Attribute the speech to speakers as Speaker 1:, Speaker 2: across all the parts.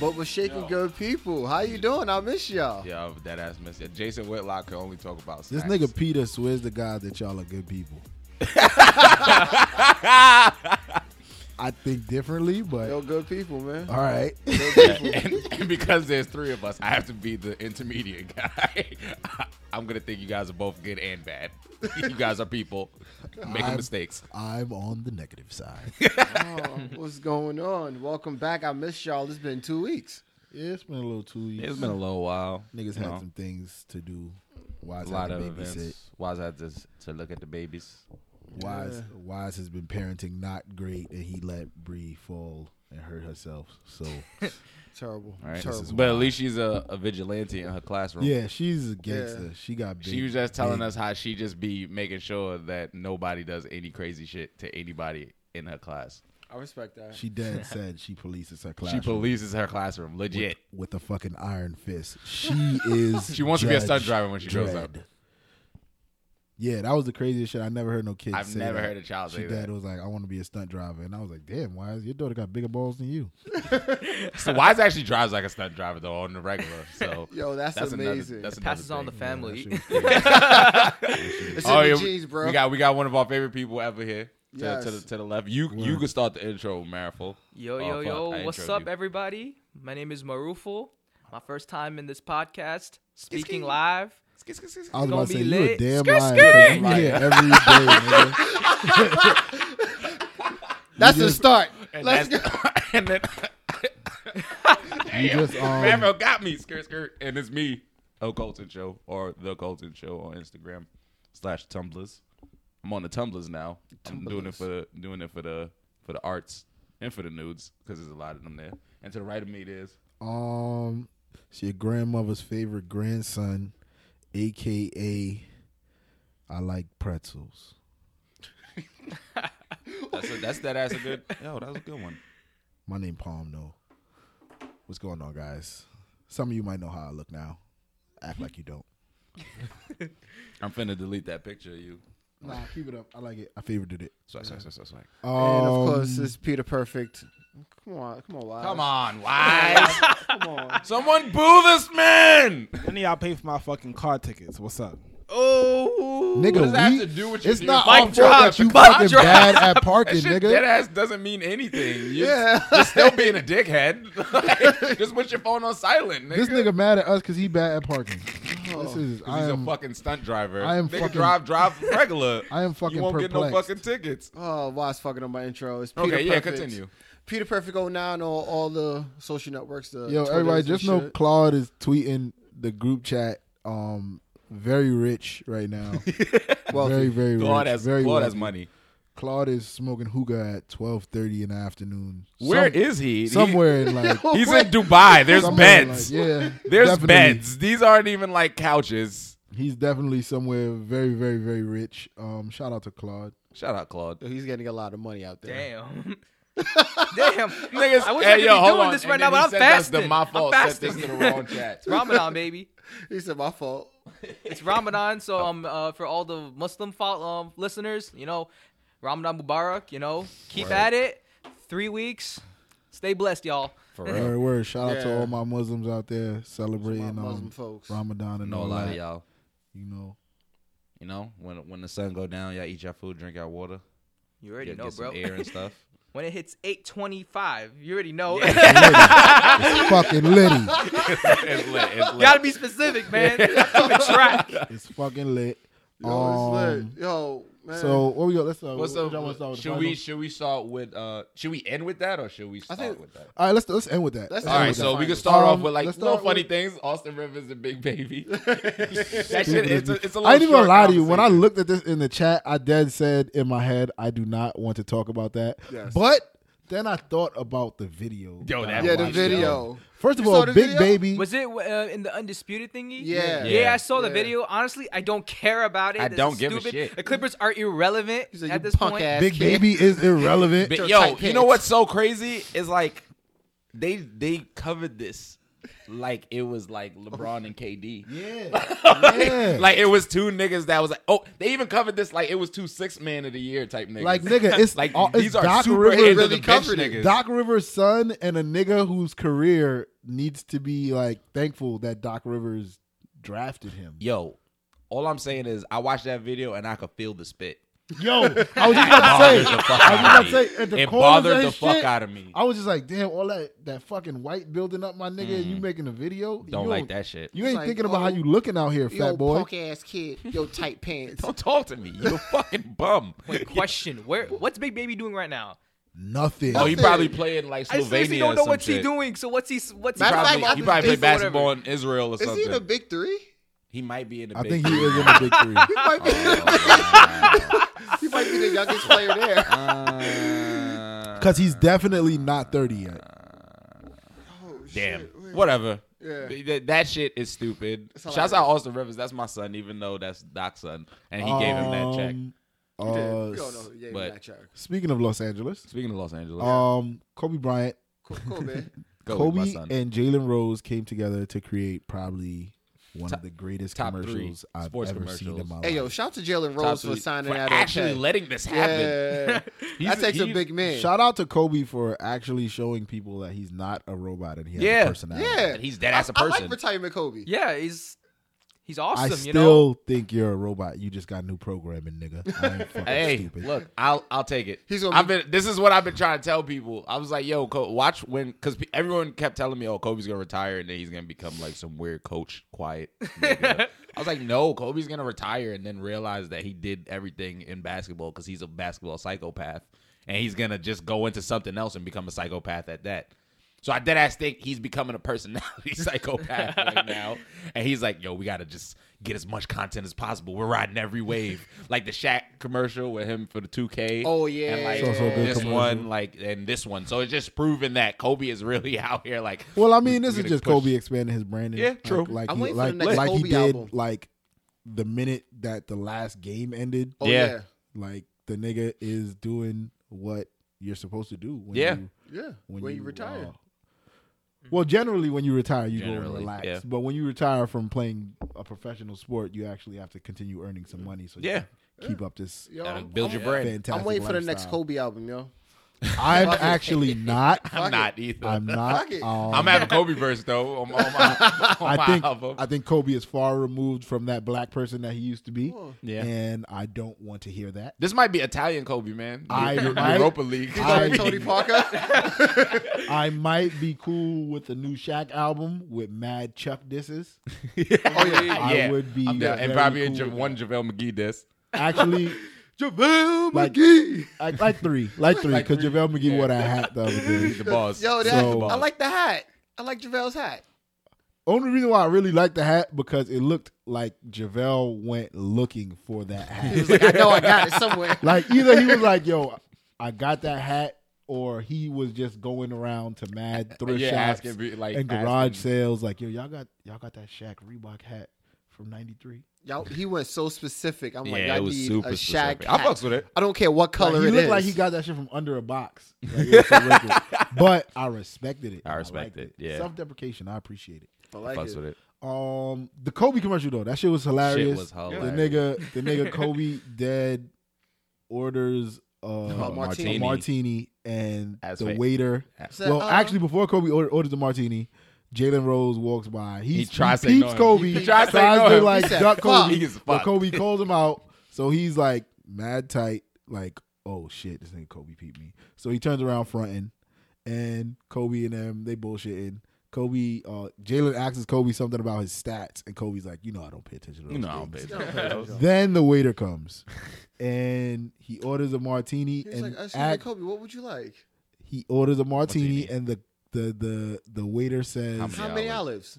Speaker 1: But we're shaking
Speaker 2: Yo.
Speaker 1: good people. How you doing? I miss y'all.
Speaker 2: Yeah, that ass missed it. Jason Whitlock can only talk about
Speaker 3: This
Speaker 2: snacks.
Speaker 3: nigga Peter swears to God that y'all are good people. I think differently, but
Speaker 1: Yo, good people, man.
Speaker 3: all right.
Speaker 2: and, and because there's three of us, I have to be the intermediate guy. I'm gonna think you guys are both good and bad. you guys are people making
Speaker 3: I'm-
Speaker 2: mistakes.
Speaker 3: I'm on the negative side.
Speaker 1: Oh, what's going on? Welcome back. I missed y'all. It's been two weeks.
Speaker 3: Yeah, it's been a little two years.
Speaker 2: It's been a little while.
Speaker 3: Niggas
Speaker 2: you
Speaker 3: had
Speaker 2: know,
Speaker 3: some things to do. Wise
Speaker 2: a lot
Speaker 3: had
Speaker 2: of
Speaker 3: to babysit.
Speaker 2: events. Wise had to to look at the babies.
Speaker 3: Wise
Speaker 1: Yeah.
Speaker 3: Wise has been parenting not great, and he let Bree fall and hurt herself. So
Speaker 1: Terrible.
Speaker 2: All right,
Speaker 1: Terrible.
Speaker 2: but at least she's a, a vigilante in her classroom.
Speaker 3: yeah, she's a gangster. She got. Big,
Speaker 2: She was just telling
Speaker 3: big-
Speaker 2: us how she just be making sure that nobody does any crazy shit to anybody in her class.
Speaker 1: I respect that.
Speaker 3: She dead said she polices her classroom.
Speaker 2: She polices her classroom, legit.
Speaker 3: with a fucking iron fist. She is.
Speaker 2: She wants to be a stunt
Speaker 3: Judge
Speaker 2: driver when she grows
Speaker 3: Dredd.
Speaker 2: up.
Speaker 3: Yeah, that was the craziest shit. I never heard no kid.
Speaker 2: I've
Speaker 3: say
Speaker 2: never
Speaker 3: that.
Speaker 2: heard a child
Speaker 3: She
Speaker 2: say
Speaker 3: dad
Speaker 2: that.
Speaker 3: was like, "I want to be a stunt driver," and I was like, "Damn, why is your daughter got bigger balls than you?"
Speaker 2: So Wise actually drives like a stunt driver though on the regular. So
Speaker 1: Yo, that's,
Speaker 2: another-
Speaker 1: amazing.
Speaker 2: that's another
Speaker 4: passes on the
Speaker 2: thing.
Speaker 4: family.
Speaker 3: Yeah,
Speaker 1: it's
Speaker 2: Oh,
Speaker 1: in the
Speaker 2: yeah, we-
Speaker 1: jeans, bro.
Speaker 2: We got we got one of our favorite people ever here. To, to, the,
Speaker 1: Yes.
Speaker 2: to the left, you you can start the intro, Marifel.
Speaker 4: Yo,
Speaker 2: Oh,
Speaker 4: yo,
Speaker 2: fuck, I
Speaker 4: yo. What's
Speaker 2: introed
Speaker 4: up,
Speaker 2: you.
Speaker 4: everybody? My name is Maruful. My first time in this podcast, speaking live.
Speaker 3: I was
Speaker 4: Gonna
Speaker 3: about to say
Speaker 4: be
Speaker 3: you a
Speaker 4: lit.
Speaker 3: damn
Speaker 4: Skirt,
Speaker 3: liar.
Speaker 4: skirt.
Speaker 3: 'cause You here every day, nigga.
Speaker 1: that's the
Speaker 3: just-
Speaker 1: start.
Speaker 2: And
Speaker 1: Let's go.
Speaker 2: that's- and then
Speaker 3: You just um,
Speaker 2: Marifel got me skirt skirt, and it's me, O Colton Show or the Colton Show on Instagram slash Tumblers. I'm on the Tumblers now. I'm doing it for doing it for the for the arts and for the nudes because there's a lot of them there. And to the right of me there's
Speaker 3: Um, it's your grandmother's favorite grandson, aka I like pretzels.
Speaker 2: that's a, that's that ass a good yo that was a good one.
Speaker 3: My name Palm though. What's going on, guys? Some of you might know how I look now. Act like you don't.
Speaker 2: I'm finna delete that picture of you.
Speaker 3: Nah, keep it up. I like it. I favorited it.
Speaker 2: Swag, swag, swag, swag, swag.
Speaker 3: Um,
Speaker 1: and of course, it's Peter Perfect. Come on, come on, Wise.
Speaker 2: Come on, wise.
Speaker 1: Oh. come on.
Speaker 2: Someone boo this man.
Speaker 5: When do y'all pay for my fucking car tickets? What's up?
Speaker 4: Oh,
Speaker 3: nigga,
Speaker 2: What does that
Speaker 3: we-
Speaker 2: have to do with you?
Speaker 3: it's not
Speaker 4: Mic
Speaker 3: our fault that
Speaker 4: drop,
Speaker 3: you
Speaker 4: mic
Speaker 3: fucking
Speaker 4: drop.
Speaker 3: bad at parking,
Speaker 2: That shit,
Speaker 3: nigga.
Speaker 2: dead ass doesn't mean anything. You're,
Speaker 1: Yeah.
Speaker 2: you're still being a dickhead. Like, just put your phone on silent, nigga.
Speaker 3: this nigga mad at us because he bad at parking. This is
Speaker 2: 'Cause
Speaker 3: I
Speaker 2: he's a
Speaker 3: am,
Speaker 2: fucking stunt driver.
Speaker 3: I am
Speaker 2: nigga
Speaker 3: fucking-
Speaker 2: drive, drive regular.
Speaker 3: I am fucking
Speaker 2: You won't get no
Speaker 3: perplexed.
Speaker 2: fucking tickets.
Speaker 1: Oh, Wise fucking on my intro. It's Peter
Speaker 2: Okay, yeah,
Speaker 1: Perfect.
Speaker 2: continue.
Speaker 1: Peter Perfect 09 on all the social networks. The
Speaker 3: Yo,
Speaker 1: Twitters
Speaker 3: everybody,
Speaker 1: uh, and
Speaker 3: just know
Speaker 1: shit.
Speaker 3: Claude is tweeting the group chat. Um, very rich right now. very, very rich.
Speaker 2: Claude has,
Speaker 3: very
Speaker 2: Claude has
Speaker 3: wealthy.
Speaker 2: money.
Speaker 3: Claude is smoking hookah at twelve thirty in the afternoon.
Speaker 2: Where
Speaker 3: Some-
Speaker 2: is he? He-
Speaker 3: Somewhere in like
Speaker 2: he's in Dubai. There's
Speaker 3: somewhere in,
Speaker 2: beds.
Speaker 3: like- yeah,
Speaker 2: There's
Speaker 3: definitely.
Speaker 2: beds. These aren't even like couches.
Speaker 3: He's definitely somewhere very, very, very rich. Um, shout out to Claude.
Speaker 2: Shout out, Claude.
Speaker 1: Yo, he's getting a lot of money out there.
Speaker 4: damn. damn.
Speaker 2: Niggas,
Speaker 4: I wish
Speaker 2: hey,
Speaker 4: I could
Speaker 2: yo,
Speaker 4: be
Speaker 2: hold
Speaker 4: doing
Speaker 2: on.
Speaker 4: this
Speaker 2: And
Speaker 4: right now,
Speaker 2: then he
Speaker 4: but I'm
Speaker 2: sent us the
Speaker 4: fasting.
Speaker 2: my
Speaker 4: I'm
Speaker 2: fault sent this
Speaker 4: fasting.
Speaker 2: to the wrong chat.
Speaker 4: It's Ramadan, baby.
Speaker 1: He said, my fault.
Speaker 4: It's Ramadan, so um, uh, for all the Muslim fo- um, listeners, you know, Ramadan Mubarak. You know, keep at it. Three weeks. Stay blessed, y'all.
Speaker 2: For
Speaker 3: Word, word. Shout out to
Speaker 1: Yeah.
Speaker 3: all my Muslims out there celebrating
Speaker 1: My
Speaker 3: um,
Speaker 1: Muslim folks.
Speaker 3: Ramadan and
Speaker 2: know a
Speaker 3: all
Speaker 2: lot of
Speaker 3: that.
Speaker 2: y'all.
Speaker 3: You know,
Speaker 2: You know, when when the sun go down, y'all eat your food, drink your water,
Speaker 4: You already
Speaker 2: get,
Speaker 4: know,
Speaker 2: get some
Speaker 4: bro.
Speaker 2: air and stuff.
Speaker 4: When it hits 8:25, you already know.
Speaker 3: it's fucking litty.
Speaker 2: it's lit. It's lit.
Speaker 4: Gotta be specific, man. Keep it track.
Speaker 3: It's fucking lit.
Speaker 1: Yo, it's
Speaker 3: Um,
Speaker 1: lit. Yo, man.
Speaker 3: So what we got? Let's start.
Speaker 2: What's
Speaker 3: what
Speaker 2: up?
Speaker 3: y'all wanna start with the
Speaker 2: should we
Speaker 3: finals?
Speaker 2: should we start with uh should we end with that or should we start
Speaker 1: think-
Speaker 2: with that?
Speaker 3: All right, let's let's end with that. Let's
Speaker 1: Let's end
Speaker 2: All
Speaker 3: end
Speaker 2: right,
Speaker 3: with
Speaker 2: so
Speaker 3: that.
Speaker 2: we can start
Speaker 3: Um,
Speaker 2: off with like
Speaker 3: let's
Speaker 2: little
Speaker 3: start
Speaker 2: funny
Speaker 3: with-
Speaker 2: things. Austin Rivers and Big Baby. that shit, it's a, it's a little
Speaker 3: I ain't even
Speaker 2: short
Speaker 3: gonna lie to you. When I
Speaker 2: conversation.
Speaker 3: looked at this in the chat, I dead said in my head, I do not want to talk about that.
Speaker 1: Yes.
Speaker 3: But then I thought about the video.
Speaker 2: Yo, that
Speaker 1: yeah,
Speaker 2: watch,
Speaker 1: the
Speaker 2: yo.
Speaker 1: video.
Speaker 3: First of
Speaker 1: You
Speaker 3: all,
Speaker 1: saw the
Speaker 3: Big
Speaker 1: video?
Speaker 3: Baby.
Speaker 4: Was it uh, in the undisputed thingy?
Speaker 1: Yeah.
Speaker 4: yeah.
Speaker 2: Yeah.
Speaker 4: I saw the
Speaker 1: Yeah.
Speaker 4: video. Honestly, I don't care about it.
Speaker 2: I
Speaker 4: This is
Speaker 2: don't give a
Speaker 4: stupid.
Speaker 2: shit.
Speaker 4: The Clippers are irrelevant
Speaker 1: He said, "You
Speaker 4: at this
Speaker 1: punk
Speaker 4: point.
Speaker 1: ass
Speaker 3: Big
Speaker 1: kid."
Speaker 3: Baby is irrelevant.
Speaker 2: But
Speaker 1: Your
Speaker 2: yo,
Speaker 1: tight
Speaker 2: you know
Speaker 1: pants.
Speaker 2: what's so crazy is like they they covered this like it was like LeBron and KD.
Speaker 3: Yeah.
Speaker 2: like, like it was two niggas that was like, oh, they even covered this like it was two six man of the year type niggas.
Speaker 3: Like nigga, it's
Speaker 2: Like,
Speaker 3: all, it's
Speaker 2: these are
Speaker 3: Doc
Speaker 2: super
Speaker 3: Rivers,
Speaker 2: heads of the bench
Speaker 3: covered it.
Speaker 2: niggas.
Speaker 3: Doc Rivers' son and a nigga whose career needs to be like thankful that Doc Rivers drafted him.
Speaker 2: yo, all I'm saying is I watched that video and I could feel the spit.
Speaker 3: Yo, I was just about to say, I
Speaker 2: Bothered the fuck
Speaker 3: was just
Speaker 2: out
Speaker 3: about to
Speaker 2: of me.
Speaker 3: say, at the
Speaker 2: It
Speaker 3: corners
Speaker 2: bothered
Speaker 3: of
Speaker 2: the
Speaker 3: his
Speaker 2: fuck
Speaker 3: shit,
Speaker 2: out of me.
Speaker 3: I was just like, damn, all that that fucking white building up, my nigga, and you making a video.
Speaker 2: Mm. Don't
Speaker 3: you
Speaker 2: like that shit.
Speaker 3: You ain't
Speaker 1: Like,
Speaker 3: thinking about how
Speaker 1: oh,
Speaker 3: you looking out here,
Speaker 1: Yo,
Speaker 3: fat boy.
Speaker 1: punk ass kid, yo tight pants.
Speaker 2: Don't talk to me. You fucking bum.
Speaker 4: Wait, question: Where? What's Big Baby doing right now?
Speaker 3: Nothing.
Speaker 2: Oh, you probably playing like
Speaker 4: I
Speaker 2: Slovenia
Speaker 4: seriously
Speaker 2: or
Speaker 4: don't know
Speaker 2: some
Speaker 4: what's he
Speaker 2: shit.
Speaker 4: doing. So what's he? What's he?
Speaker 1: Matter of
Speaker 2: Probably,
Speaker 1: fact, I
Speaker 2: he
Speaker 1: think
Speaker 2: probably
Speaker 1: he's
Speaker 2: play
Speaker 1: doing
Speaker 2: basketball in Israel or
Speaker 1: Is
Speaker 2: something.
Speaker 1: he in a big three?
Speaker 2: He might be in the.
Speaker 3: I
Speaker 2: big
Speaker 3: think he
Speaker 2: three.
Speaker 3: is in the big three.
Speaker 1: He might be, he might be the youngest player there.
Speaker 2: Uh,
Speaker 3: Because he's definitely not 30 yet.
Speaker 1: Oh, shit.
Speaker 2: Damn.
Speaker 1: Wait.
Speaker 2: Whatever.
Speaker 1: Yeah.
Speaker 2: Th- th- that shit is stupid.
Speaker 1: It's
Speaker 2: Shouts out Austin Rivers. That's my son, even though that's Doc's son, and he gave him that check.
Speaker 3: Um,
Speaker 1: We did.
Speaker 3: uh,
Speaker 1: we don't know. Yeah,
Speaker 2: but-
Speaker 1: but, that track.
Speaker 3: Speaking of Los Angeles,
Speaker 2: Speaking of Los Angeles,
Speaker 3: um, Kobe Bryant,
Speaker 1: Cool, cool man.
Speaker 2: Oh, go with my
Speaker 3: Kobe
Speaker 2: son.
Speaker 3: and Jalen Rose came together to create probably one
Speaker 2: Top-
Speaker 3: of the greatest
Speaker 2: top three
Speaker 3: commercials I've
Speaker 2: sports
Speaker 3: ever seen in
Speaker 2: commercials.
Speaker 3: my life.
Speaker 1: hey, yo, shout to Jalen
Speaker 2: Top
Speaker 1: Rose for
Speaker 2: three-
Speaker 1: signing
Speaker 2: for
Speaker 1: that.
Speaker 2: actually
Speaker 1: okay.
Speaker 2: letting this happen.
Speaker 1: Yeah.
Speaker 2: He's-
Speaker 1: that takes a
Speaker 2: he's-
Speaker 1: big man.
Speaker 3: Shout out to Kobe for actually showing people that he's not a robot and he has
Speaker 2: Yeah.
Speaker 3: a personality.
Speaker 1: yeah.
Speaker 2: He's dead ass a
Speaker 1: I- I
Speaker 2: person.
Speaker 1: like retirement Kobe.
Speaker 4: Yeah, he's he's
Speaker 3: I
Speaker 4: awesome.
Speaker 3: still
Speaker 4: you know.
Speaker 3: think you're a robot. You just got new programming, nigga. I ain't fucking
Speaker 2: Hey,
Speaker 3: stupid.
Speaker 2: look, I'll I'll take it.
Speaker 1: He's gonna
Speaker 2: I've
Speaker 1: be-
Speaker 2: been. This is what I've been trying to tell people. I was like, "Yo, Co- watch when," because pe- everyone kept telling me, "Oh, Kobe's gonna retire and then he's gonna become like some weird coach, quiet." nigga." I was like, "No, Kobe's gonna retire and then realize that he did everything in basketball because he's a basketball psychopath, and he's gonna just go into something else and become a psychopath at that." So I dead ass think he's becoming a personality psychopath right now. And he's like, yo, we gotta just get as much content as possible. We're riding every wave. Like the Shaq commercial with him for the 2K.
Speaker 1: Oh, yeah.
Speaker 2: And like
Speaker 1: So, so good
Speaker 2: this
Speaker 3: commercial.
Speaker 2: one, like and this one. So it's just proving that Kobe is really out here like
Speaker 3: Well, I mean, this
Speaker 2: we're
Speaker 3: is
Speaker 2: gonna
Speaker 3: just
Speaker 2: push-
Speaker 3: Kobe expanding his branding.
Speaker 2: Yeah,
Speaker 3: Like-
Speaker 2: true.
Speaker 3: Like,
Speaker 1: I'm
Speaker 3: he,
Speaker 1: waiting for
Speaker 3: like,
Speaker 1: the next
Speaker 3: like he
Speaker 1: Kobe
Speaker 3: did,
Speaker 1: album.
Speaker 3: like the minute that the last game ended,
Speaker 1: Oh,
Speaker 2: Yeah.
Speaker 1: yeah.
Speaker 3: like the nigga is doing what you're supposed to do. When
Speaker 2: Yeah.
Speaker 3: you,
Speaker 1: Yeah. When,
Speaker 3: when,
Speaker 1: you, retire.
Speaker 3: uh, well, generally, when you retire, you go and
Speaker 2: Generally,
Speaker 3: relax.
Speaker 2: yeah.
Speaker 3: But when you retire from playing a professional sport, you actually have to continue earning some money. So you
Speaker 2: Yeah.
Speaker 3: can keep up this
Speaker 1: Yo,
Speaker 2: Gotta
Speaker 1: I'm-
Speaker 2: build your
Speaker 1: I'm-
Speaker 2: brand.
Speaker 3: fantastic.
Speaker 1: I'm waiting for the next
Speaker 3: lifestyle.
Speaker 1: Kobe album, yo.
Speaker 3: I'm actually not.
Speaker 2: I'm not either.
Speaker 3: I'm
Speaker 2: I'm,
Speaker 3: not.
Speaker 1: Fuck it.
Speaker 3: um,
Speaker 2: having Kobe verse though on, on my, on my
Speaker 3: I think
Speaker 2: album.
Speaker 3: I think Kobe is far removed from that black person that he used to be,
Speaker 1: Oh.
Speaker 2: Yeah.
Speaker 3: and I don't want to hear that.
Speaker 2: this might be Italian Kobe, man.
Speaker 3: I
Speaker 2: Euro-
Speaker 3: might-
Speaker 2: Europa League.
Speaker 3: I-
Speaker 1: Tony Parker. Oh,
Speaker 3: I might be cool with the new Shaq album with Mad Chuck disses.
Speaker 1: oh, yeah.
Speaker 3: I would be
Speaker 2: I'm down.
Speaker 3: very
Speaker 2: and probably
Speaker 3: cool
Speaker 2: a Ja-
Speaker 3: with
Speaker 2: one JaVale McGee disc.
Speaker 3: Actually,
Speaker 1: JaVale
Speaker 3: Like-
Speaker 1: McGee.
Speaker 3: like, like three, like three,
Speaker 2: Like
Speaker 3: because
Speaker 2: three.
Speaker 3: JaVale McGee wore that hat the other
Speaker 2: The
Speaker 3: day.
Speaker 2: boss.
Speaker 1: Yo, that,
Speaker 3: So-
Speaker 1: I like the hat. I like JaVale's hat.
Speaker 3: Only reason why I really liked the hat because it looked like JaVale went looking for that
Speaker 1: He was
Speaker 3: hat.
Speaker 1: like, I know I got it somewhere.
Speaker 3: like either he was like, "Yo, I got that hat," or he was just going around to mad thrift
Speaker 2: yeah,
Speaker 3: shops
Speaker 2: asking be- like
Speaker 3: and garage
Speaker 2: asking-
Speaker 3: sales. Like, yo, y'all got y'all got that Shaq Reebok hat from '93.
Speaker 1: Y'all, he went so specific. I'm like,
Speaker 2: Yeah,
Speaker 1: Oh I
Speaker 2: it was
Speaker 1: need
Speaker 2: super
Speaker 1: a Shaq.
Speaker 2: specific. I
Speaker 1: hat.
Speaker 2: fucks with it.
Speaker 1: I don't care what color
Speaker 3: Like, he
Speaker 1: it
Speaker 3: looked
Speaker 1: is.
Speaker 3: like he got that shit from under a box. Like, it was so wicked. but I respected it.
Speaker 2: I
Speaker 3: liked
Speaker 2: respect it, yeah.
Speaker 3: self-deprecation. I appreciate it.
Speaker 1: I like
Speaker 2: Fucks
Speaker 1: it.
Speaker 2: with it.
Speaker 3: Um, the Kobe commercial though, that shit was hilarious.
Speaker 2: Shit was hilarious.
Speaker 3: The nigga, the nigga Kobe dead orders uh,
Speaker 2: Oh,
Speaker 3: a
Speaker 1: martini.
Speaker 3: martini. and
Speaker 2: As
Speaker 3: the
Speaker 2: wait-
Speaker 3: waiter.
Speaker 1: Said,
Speaker 3: Well,
Speaker 1: uh,
Speaker 3: actually, before Kobe order, orders the martini, Jalen Rose walks by. He,
Speaker 2: He tries
Speaker 3: he
Speaker 2: to ignore
Speaker 3: peeps
Speaker 2: him.
Speaker 3: Kobe.
Speaker 2: He tries to ignore him.
Speaker 3: like
Speaker 1: He said,
Speaker 3: duck
Speaker 1: "Fuck."
Speaker 3: Kobe,
Speaker 2: He gets
Speaker 3: but
Speaker 2: fucked.
Speaker 3: Kobe calls him out. So he's like mad tight, like oh shit, this nigga Kobe peeped me. So he turns around fronting, and Kobe and them they bullshitting. Kobe, uh, Jalen asks Kobe something about his stats, and Kobe's like, you know, I don't pay attention to those.
Speaker 2: You know, I don't
Speaker 3: things."
Speaker 2: pay attention.
Speaker 3: Then the waiter comes, and he orders a martini,
Speaker 1: He was
Speaker 3: and
Speaker 1: like, "Excuse me,
Speaker 3: act-
Speaker 1: Kobe, what would you like?
Speaker 3: he orders a martini,
Speaker 2: Martini.
Speaker 3: and the the the the waiter says
Speaker 2: How
Speaker 1: How many olives?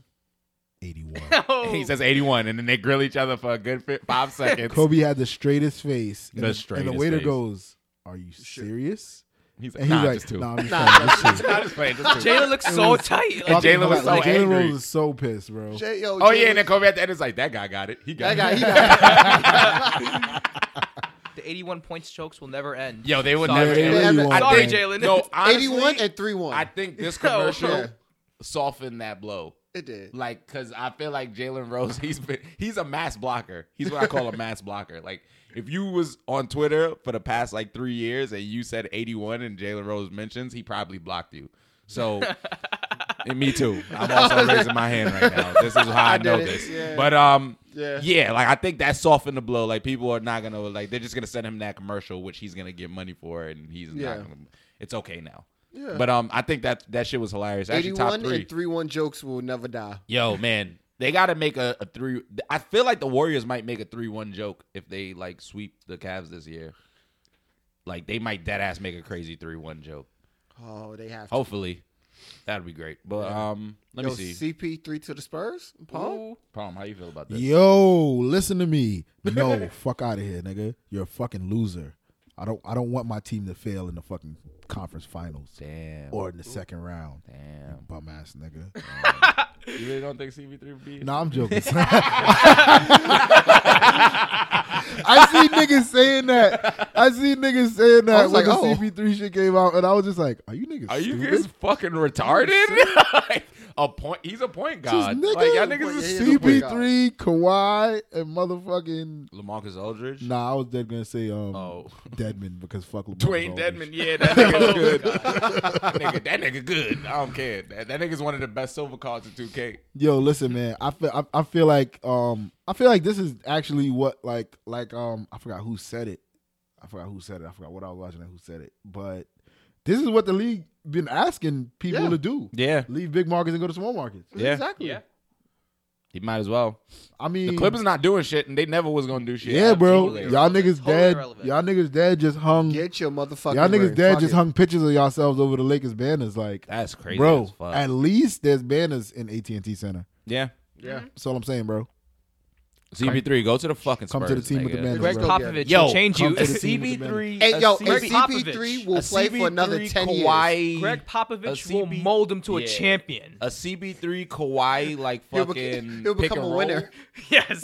Speaker 3: 81.
Speaker 4: Oh.
Speaker 2: He says 81, and then they grill each other for a good fi- five seconds.
Speaker 3: Kobe had the straightest face, and
Speaker 2: The
Speaker 3: the, and
Speaker 2: straightest
Speaker 3: the waiter
Speaker 2: face.
Speaker 3: goes, "Are you
Speaker 1: Sure.
Speaker 3: serious?"
Speaker 2: He's like,
Speaker 3: And he's
Speaker 2: nah,
Speaker 3: like,
Speaker 2: just two.
Speaker 3: "Nah, I'm just
Speaker 1: Nah,
Speaker 3: playing, just
Speaker 1: that's-
Speaker 3: two."
Speaker 2: Nah, just play, just two.
Speaker 4: Jalen looks so tight. Like,
Speaker 2: Jalen was
Speaker 3: Fucking-
Speaker 2: so
Speaker 3: like, Jalen
Speaker 2: angry.
Speaker 3: Rose is so pissed, bro.
Speaker 1: J- yo,
Speaker 2: Oh
Speaker 1: Jalen-
Speaker 2: yeah, and then Kobe at the end is like, that guy got it. He
Speaker 1: That
Speaker 2: got
Speaker 1: guy,
Speaker 2: it.
Speaker 1: he got
Speaker 4: the 81 points jokes will never end.
Speaker 2: Yo, they would
Speaker 4: Sorry,
Speaker 2: never.
Speaker 4: Jalen.
Speaker 2: end.
Speaker 1: They never
Speaker 2: I
Speaker 4: Sorry,
Speaker 2: think-
Speaker 4: Jalen.
Speaker 2: No, honestly,
Speaker 1: 81 and 3 1.
Speaker 2: I think this
Speaker 4: No.
Speaker 2: commercial
Speaker 1: Yeah.
Speaker 2: softened that blow
Speaker 1: It did.
Speaker 2: Like, cause I feel like Jalen Rose, he's been, he's a mass blocker. He's what I call a mass blocker. Like, if you was on Twitter for the past like three years and you said 81 and Jalen Rose mentions, he probably blocked you. So, and me too. I'm also raising my hand right now. This is how I,
Speaker 1: I
Speaker 2: know
Speaker 1: did it,
Speaker 2: this.
Speaker 1: yeah.
Speaker 2: But um, yeah.
Speaker 1: Yeah.
Speaker 2: like I think that softened the blow. Like people are not gonna like they're just gonna send him that commercial, which he's gonna get money for, and he's
Speaker 1: Yeah.
Speaker 2: not gonna. It's okay now.
Speaker 1: Yeah.
Speaker 2: But um, I think that that shit was hilarious. Actually, top
Speaker 1: 81
Speaker 2: three.
Speaker 1: and 3 1 jokes will never die.
Speaker 2: Yo, man, they got to make a, a three. I feel like the Warriors might make a three-one joke if they like sweep the Cavs this year. Like they might dead ass make a crazy three-one joke.
Speaker 1: Oh, they have. To.
Speaker 2: Hopefully, that'd be great. But um, let
Speaker 1: Yo,
Speaker 2: me see.
Speaker 1: CP3 to the Spurs? Paul?
Speaker 4: Ooh.
Speaker 2: Palm, how you feel about this?
Speaker 3: Yo, listen to me. No, fuck out of here, nigga. You're a fucking loser. I don't I don't want my team to fail in the fucking conference finals
Speaker 2: Damn.
Speaker 3: or in the second round.
Speaker 2: Damn.
Speaker 3: Bum ass nigga.
Speaker 2: You really don't think CP3 would be?
Speaker 3: No, I'm joking. I see niggas saying that. I see niggas saying that
Speaker 1: I was
Speaker 3: when
Speaker 1: like,
Speaker 3: the
Speaker 1: oh.
Speaker 3: CP3 shit came out, and I was just like, "Are you niggas?
Speaker 2: Are you
Speaker 3: stupid?
Speaker 2: guys fucking retarded? like, a point. He's a point guard.
Speaker 3: Just nigga,
Speaker 2: Like y'all niggas is
Speaker 1: yeah, yeah, the point
Speaker 3: CP3, Kawhi, and motherfucking.
Speaker 2: Lamarcus Aldridge.
Speaker 3: Nah, I was dead gonna say um
Speaker 2: Oh.
Speaker 3: Deadman because fuck LeBron
Speaker 2: Dwayne
Speaker 3: Aldridge.
Speaker 2: Dedman, yeah, that
Speaker 3: Oh,
Speaker 2: nigga's good. nigga, that nigga good. I don't care. That, that nigga's one of the best silver cards in 2K.
Speaker 3: Yo, listen, man. I feel I, I feel like um I feel like this is actually what like like um I forgot who said it. I forgot who said it. I forgot what I was watching and who said it. But this is what the league been asking people
Speaker 1: Yeah.
Speaker 3: to do.
Speaker 2: Yeah,
Speaker 3: Leave big markets and go to small markets.
Speaker 2: Yeah.
Speaker 1: Exactly.
Speaker 4: Yeah.
Speaker 2: he might as well.
Speaker 3: I mean,
Speaker 2: The Clippers not doing shit, and they never was gonna do shit.
Speaker 3: yeah, bro.
Speaker 2: Absolutely.
Speaker 3: Y'all niggas
Speaker 4: Totally
Speaker 3: dead.
Speaker 4: irrelevant.
Speaker 3: Y'all niggas dead just hung.
Speaker 1: Get your motherfucking.
Speaker 3: y'all niggas
Speaker 1: ring.
Speaker 3: dead
Speaker 1: Fuck
Speaker 3: just
Speaker 1: it.
Speaker 3: hung pictures of yourselves over the Lakers banners. Like,
Speaker 2: That's crazy,
Speaker 3: bro,
Speaker 2: as fuck.
Speaker 3: at least there's banners in AT and T Center.
Speaker 2: yeah.
Speaker 1: Yeah.
Speaker 3: That's all I'm saying, bro.
Speaker 2: CP3 go to the fucking
Speaker 3: Come to the team with the
Speaker 2: nigga.
Speaker 3: banners.
Speaker 4: Greg
Speaker 3: bro.
Speaker 4: Popovich
Speaker 2: Yo,
Speaker 4: will change
Speaker 3: come
Speaker 4: you.
Speaker 3: to the team with the
Speaker 2: CP3,
Speaker 1: Hey, yo,
Speaker 2: a
Speaker 1: and
Speaker 4: Greg
Speaker 2: CP3
Speaker 1: CP3 will
Speaker 2: a
Speaker 1: play for another 10 years.
Speaker 2: Kawhi,
Speaker 4: Greg
Speaker 2: a
Speaker 4: Popovich will
Speaker 2: CB
Speaker 4: mold him to a
Speaker 2: yeah.
Speaker 4: champion.
Speaker 2: a CB3 Kawhi like
Speaker 1: He'll bec-
Speaker 2: fucking
Speaker 1: he'll
Speaker 2: pick
Speaker 1: become
Speaker 2: and
Speaker 1: a
Speaker 2: roll.
Speaker 1: winner.
Speaker 4: yes.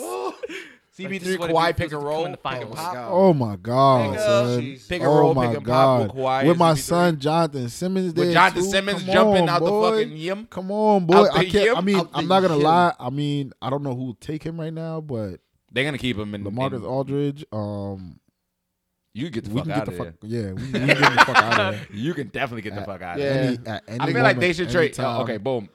Speaker 4: Like, this
Speaker 2: CB3
Speaker 4: is what it
Speaker 2: Kawhi
Speaker 4: means
Speaker 2: pick
Speaker 4: to
Speaker 2: and
Speaker 4: come
Speaker 2: roll.
Speaker 4: in the final
Speaker 2: pick and
Speaker 4: box.
Speaker 2: pop.
Speaker 3: Oh my god,
Speaker 4: Pick up,
Speaker 3: son.
Speaker 4: jeez.
Speaker 2: Pick and
Speaker 3: oh
Speaker 2: roll,
Speaker 3: my
Speaker 2: pick and pop
Speaker 3: god.
Speaker 2: with Kawhi
Speaker 3: With
Speaker 2: and
Speaker 3: my
Speaker 2: CP3.
Speaker 3: son Jonathan Simmons there
Speaker 2: With Jonathan
Speaker 3: too.
Speaker 2: Simmons
Speaker 3: Come
Speaker 2: jumping
Speaker 3: on,
Speaker 2: out
Speaker 3: boy.
Speaker 2: the fucking yim.
Speaker 3: Come on, boy.
Speaker 2: Out the
Speaker 3: I can't. I
Speaker 2: yim?
Speaker 3: mean,
Speaker 1: Out
Speaker 3: I'm
Speaker 1: the
Speaker 3: not gonna
Speaker 1: yim.
Speaker 3: lie. I mean, I don't know who will take him right now, but
Speaker 2: They're gonna keep him in the
Speaker 3: Lamarcus Aldridge. Um,
Speaker 2: You get the
Speaker 3: we
Speaker 2: fuck
Speaker 3: can
Speaker 2: out
Speaker 3: get the
Speaker 2: of
Speaker 3: fuck.
Speaker 2: here.
Speaker 3: Yeah, we, we can get the fuck out of here.
Speaker 2: You can definitely get the fuck out of
Speaker 1: Yeah.
Speaker 2: here.
Speaker 3: Any, at any
Speaker 2: I feel like they
Speaker 3: moment,
Speaker 2: should trade.
Speaker 3: anytime.
Speaker 2: oh, okay, boom.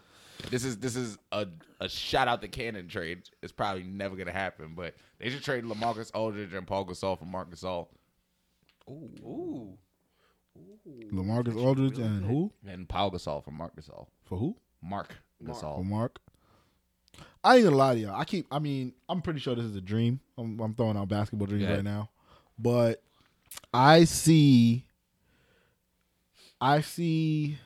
Speaker 2: This is this is a a shout out the cannon trade. It's probably never gonna happen, but they should trade Lamarcus Aldridge and Paul Gasol for Marc Gasol
Speaker 4: Ooh.
Speaker 3: Lamarcus Aldridge and who
Speaker 2: and Paul Gasol for Marc Gasol.
Speaker 3: for who?
Speaker 2: Mark
Speaker 3: For
Speaker 2: Gasol.
Speaker 3: Mark. I ain't gonna lie to y'all. I keep. I mean, I'm pretty sure this is a dream. I'm, I'm throwing out basketball dreams
Speaker 2: Yeah.
Speaker 3: right now, but I see. I see.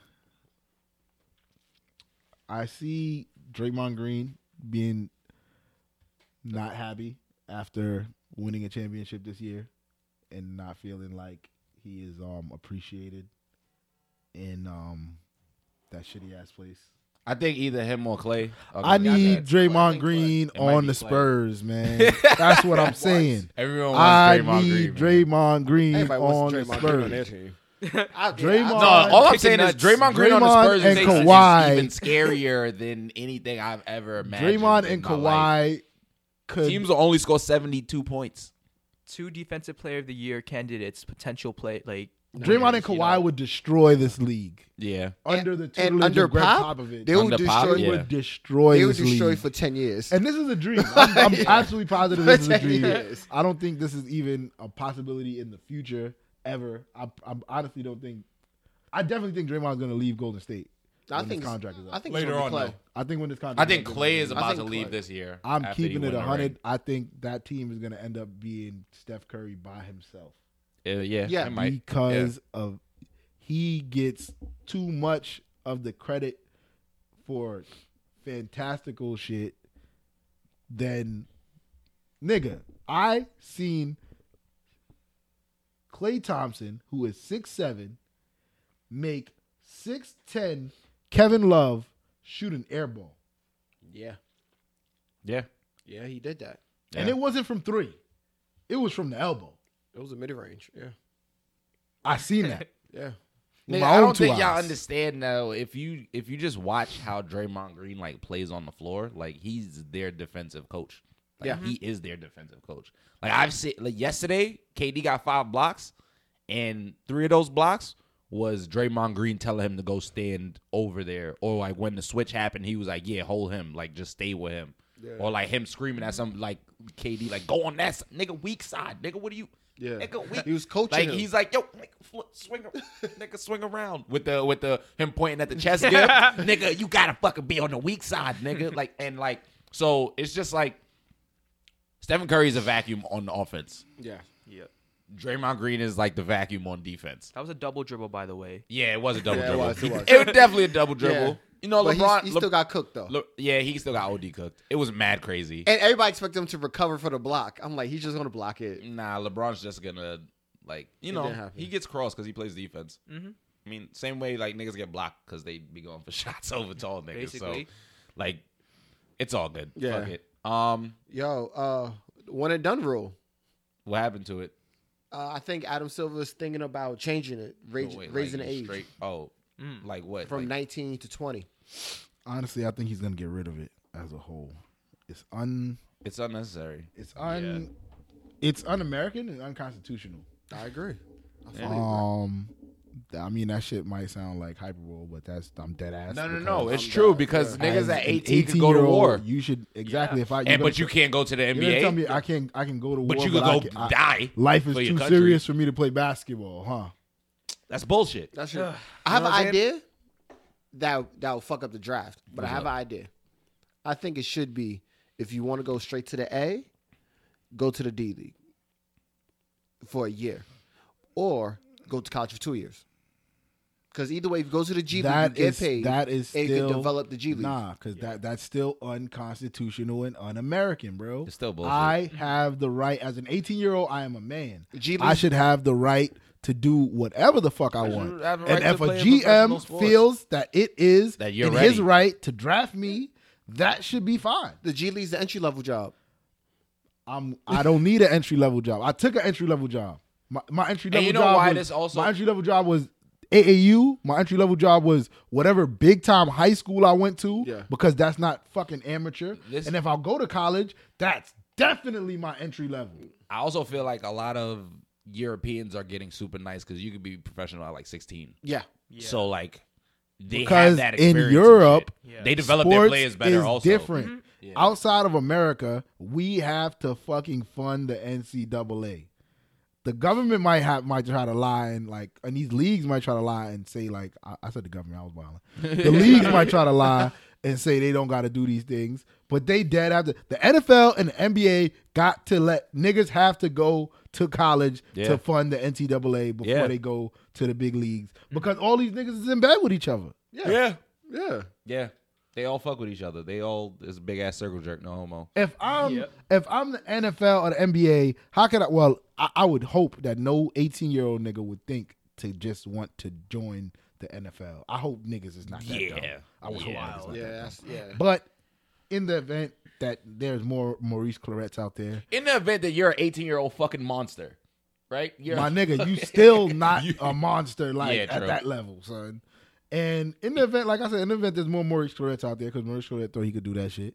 Speaker 3: I see Draymond Green being not happy after winning a championship this year, and not feeling like he is um appreciated in um that shitty ass place.
Speaker 2: I think either him or Clay. Okay,
Speaker 3: I
Speaker 2: got
Speaker 3: need
Speaker 2: that.
Speaker 3: Draymond Green
Speaker 2: It might
Speaker 3: on
Speaker 2: be
Speaker 3: the
Speaker 2: Clay.
Speaker 3: Spurs, man. That's what I'm saying.
Speaker 2: Everyone wants
Speaker 3: I
Speaker 2: Draymond
Speaker 3: need
Speaker 2: Green.
Speaker 3: Draymond
Speaker 2: man.
Speaker 3: Green
Speaker 1: Everybody
Speaker 3: on
Speaker 1: wants
Speaker 3: the
Speaker 1: Draymond Green on their
Speaker 3: Spurs.
Speaker 1: team.
Speaker 3: Draymond-
Speaker 2: No, all I'm
Speaker 4: Kicking
Speaker 2: saying is
Speaker 4: nuts.
Speaker 2: Draymond Green on the
Speaker 3: Draymond
Speaker 2: Spurs
Speaker 3: and
Speaker 2: is is
Speaker 3: Kawhi.
Speaker 2: even scarier than anything I've ever imagined.
Speaker 3: Draymond
Speaker 2: in
Speaker 3: and
Speaker 2: my life.
Speaker 3: Kawhi could
Speaker 2: Teams will only score 72 points.
Speaker 4: Two defensive player of the year candidates, potential play like
Speaker 3: Draymond and
Speaker 4: you know.
Speaker 3: Kawhi would destroy this league
Speaker 2: Yeah.
Speaker 3: under the tutelage
Speaker 1: and under
Speaker 3: of Greg
Speaker 1: Pop,
Speaker 3: Popovich.
Speaker 1: they would
Speaker 2: Under Pop,
Speaker 1: destroy.
Speaker 2: yeah.
Speaker 3: would destroy
Speaker 1: They would
Speaker 3: this
Speaker 1: destroy
Speaker 3: league.
Speaker 1: for ten years.
Speaker 3: and this is a dream. I'm, I'm absolutely positive this is a
Speaker 1: Yes.
Speaker 3: dream. I don't think this is even a possibility in the future ever. I, I honestly don't think. I definitely think Draymond's going to leave Golden State.
Speaker 1: I
Speaker 3: when his
Speaker 1: think it's-
Speaker 3: contract is up.
Speaker 1: I think
Speaker 2: Later
Speaker 1: later
Speaker 2: on,
Speaker 1: on. Clay.
Speaker 2: though.
Speaker 3: I think when this contract.
Speaker 2: I think
Speaker 3: is up,
Speaker 2: Clay is
Speaker 1: I
Speaker 2: about
Speaker 1: think
Speaker 2: to leave
Speaker 1: Klay.
Speaker 2: this year.
Speaker 3: I'm
Speaker 2: after he
Speaker 3: keeping
Speaker 2: win
Speaker 3: it
Speaker 2: the
Speaker 3: hundred.
Speaker 2: ring.
Speaker 3: I think that team is going to end up being Steph Curry by himself
Speaker 2: Uh, yeah,
Speaker 1: Yeah.
Speaker 2: it might.
Speaker 3: because of he gets too much of the credit for fantastical shit. Then, nigga, I seen Clay Thompson, who is six seven, make six ten Kevin Love shoot an air ball.
Speaker 1: Yeah,
Speaker 2: yeah,
Speaker 1: yeah, he did that.
Speaker 3: And
Speaker 2: Yeah.
Speaker 3: it wasn't from three. It was from the elbow.
Speaker 1: It was a mid range. Yeah,
Speaker 3: I seen that.
Speaker 1: yeah.
Speaker 3: With
Speaker 2: Nigga,
Speaker 3: my
Speaker 2: I
Speaker 3: own
Speaker 2: don't
Speaker 3: two
Speaker 2: think y'all
Speaker 3: eyes.
Speaker 2: understand though. If you if you just watch how Draymond Green like plays on the floor, like he's their defensive coach. Like,
Speaker 1: Yeah.
Speaker 2: he is their defensive coach. Like I've seen like yesterday, KD got five blocks, and three of those blocks was Draymond Green telling him to go stand over there, or like when the switch happened, he was like, "Yeah, hold him, like just stay with him," or like him screaming at some like KD, like go on that s- nigga weak side, nigga. What are you?
Speaker 1: Yeah.
Speaker 2: nigga, weak.
Speaker 1: He was coaching
Speaker 2: Like
Speaker 1: him.
Speaker 2: he's like, yo, nigga, flip, swing, a- nigga, swing around with the with the him pointing at the chest there, nigga. You gotta fucking be on the weak side, nigga. Like and like, so it's just like Stephen Curry is a vacuum on the offense.
Speaker 1: Yeah.
Speaker 2: Draymond Green is like the vacuum on defense.
Speaker 4: That was a double dribble, by the way.
Speaker 2: Yeah, it was a double
Speaker 1: Yeah, it
Speaker 2: dribble.
Speaker 1: was, it was.
Speaker 2: definitely a double dribble.
Speaker 1: Yeah.
Speaker 2: You know,
Speaker 1: but
Speaker 2: LeBron.
Speaker 1: he's, he
Speaker 2: Le-
Speaker 1: still got cooked though.
Speaker 2: Le- yeah, he still got OD cooked. It was mad crazy.
Speaker 1: and everybody expected him to recover for the block. I'm like, he's just gonna block it.
Speaker 2: Nah, LeBron's just gonna like you
Speaker 1: It didn't
Speaker 2: know
Speaker 1: happen.
Speaker 2: he gets crossed because he plays defense.
Speaker 4: Mhm.
Speaker 2: I mean, same way like niggas get blocked because they be going for shots over tall niggas.
Speaker 4: Basically.
Speaker 2: So like, it's all good.
Speaker 1: Yeah.
Speaker 2: Fuck it. Um,
Speaker 1: Yo, uh, one and done rule.
Speaker 2: what happened to it?
Speaker 1: Uh, I think Adam Silver is thinking about changing it,
Speaker 2: No,
Speaker 1: raise,
Speaker 2: wait, like,
Speaker 1: raising
Speaker 2: you
Speaker 1: the age
Speaker 2: straight- oh,
Speaker 4: Mm.
Speaker 2: like what?
Speaker 1: from
Speaker 2: Like,
Speaker 1: 19 to 20.
Speaker 3: Honestly, I think he's gonna get rid of it as a whole. It's un.
Speaker 2: it's unnecessary.
Speaker 3: It's un. It's un-American and unconstitutional.
Speaker 1: I agree. I fully agree.
Speaker 3: Um, th- I mean that shit might sound like hyperbole, but that's I'm dead ass.
Speaker 2: No, no,
Speaker 3: because
Speaker 2: no.
Speaker 1: it's
Speaker 2: It's
Speaker 1: I'm
Speaker 2: true
Speaker 1: done.
Speaker 2: because
Speaker 1: Yeah.
Speaker 2: niggas
Speaker 3: as
Speaker 2: at
Speaker 3: an
Speaker 2: 18 could go to
Speaker 3: 18-year-old,
Speaker 2: war.
Speaker 3: You should exactly. If I
Speaker 2: and but you can't go to the
Speaker 3: You're gonna
Speaker 2: NBA.
Speaker 3: tell me I can I can go to war,
Speaker 2: but you could
Speaker 3: I
Speaker 2: go
Speaker 3: can- I-
Speaker 2: die.
Speaker 3: Life is
Speaker 2: for your
Speaker 3: too
Speaker 2: country.
Speaker 3: serious for me to play basketball, huh?
Speaker 2: That's bullshit.
Speaker 1: That's true. I have
Speaker 2: know
Speaker 1: an
Speaker 2: what I'm
Speaker 1: idea that that will fuck up the draft, but I have an idea. I think it should be if you want to go straight to the A, go to the D league for a year, or go to college for two years. Because either way, if you go to the G
Speaker 3: That
Speaker 1: league, you
Speaker 3: is-
Speaker 1: get paid.
Speaker 3: that is
Speaker 1: and you
Speaker 3: still-
Speaker 1: can develop the G league.
Speaker 3: Nah, because that that's still unconstitutional and un-American, bro.
Speaker 2: It's still bullshit.
Speaker 3: I have the right as an 18 year old. I am a man.
Speaker 1: G
Speaker 3: I
Speaker 1: League-
Speaker 3: should have the right to do whatever the fuck I want.
Speaker 2: have the
Speaker 3: and
Speaker 2: right
Speaker 3: if
Speaker 2: to
Speaker 3: a
Speaker 2: play a professional
Speaker 3: GM
Speaker 2: sport.
Speaker 3: feels that it is
Speaker 2: That you're
Speaker 3: in
Speaker 2: ready.
Speaker 3: his right to draft me, that should be fine.
Speaker 1: The G league's the entry level job.
Speaker 3: I'm I don't need an entry level job. I took an entry level job. My, my entry level
Speaker 2: you know
Speaker 3: job
Speaker 2: why
Speaker 3: was,
Speaker 2: this also-
Speaker 3: my entry level job was AAU. My entry level job was whatever big time high school I went to
Speaker 1: Yeah.
Speaker 3: because that's not fucking amateur.
Speaker 2: This-
Speaker 3: and if I go to college, that's definitely my entry level.
Speaker 2: I also feel like a lot of Europeans are getting super nice because you could be professional at like 16.
Speaker 1: Yeah.
Speaker 2: So like they
Speaker 3: Because
Speaker 2: have that
Speaker 3: in
Speaker 2: experience and
Speaker 3: Europe,
Speaker 2: shit.
Speaker 4: Yeah.
Speaker 2: they develop their
Speaker 3: Sports
Speaker 2: players better.
Speaker 3: is
Speaker 2: also
Speaker 3: different. Outside of America, we have to fucking fund the NCAA. The government might have might try to lie and like, and these leagues might try to lie and say like, I, I said the government, I was violent. The leagues might try to lie and say they don't got to do these things, but they dead after the NFL and the NBA got to let niggas have to go to college
Speaker 2: Yeah.
Speaker 3: to fund the NCAA before
Speaker 2: Yeah.
Speaker 3: they go to the big leagues because all these niggas is in bed with each other.
Speaker 1: Yeah.
Speaker 2: yeah,
Speaker 1: Yeah.
Speaker 2: yeah. They all fuck with each other. They all is big ass circle jerk. No homo.
Speaker 3: If I'm
Speaker 4: Yep.
Speaker 3: if I'm the NFL or the NBA, how could I? Well, I, I would hope that no 18 year old nigga would think to just want to join the NFL. I hope niggas is not that dumb.
Speaker 2: Yeah.
Speaker 3: Oh, I would
Speaker 2: Yeah.
Speaker 3: hope niggas not
Speaker 1: Yeah.
Speaker 3: that
Speaker 1: That's, yeah.
Speaker 3: dumb. But in the event that there's more Maurice Clarets out there,
Speaker 2: In the event that you're an 18 year old fucking monster, right? You're
Speaker 3: my nigga, you still not a monster like
Speaker 2: Yeah,
Speaker 3: at
Speaker 2: true.
Speaker 3: that level, son. And in the event, like I said, in the event there's more Maurice Clarets out there because Maurice Claret thought he could do that shit.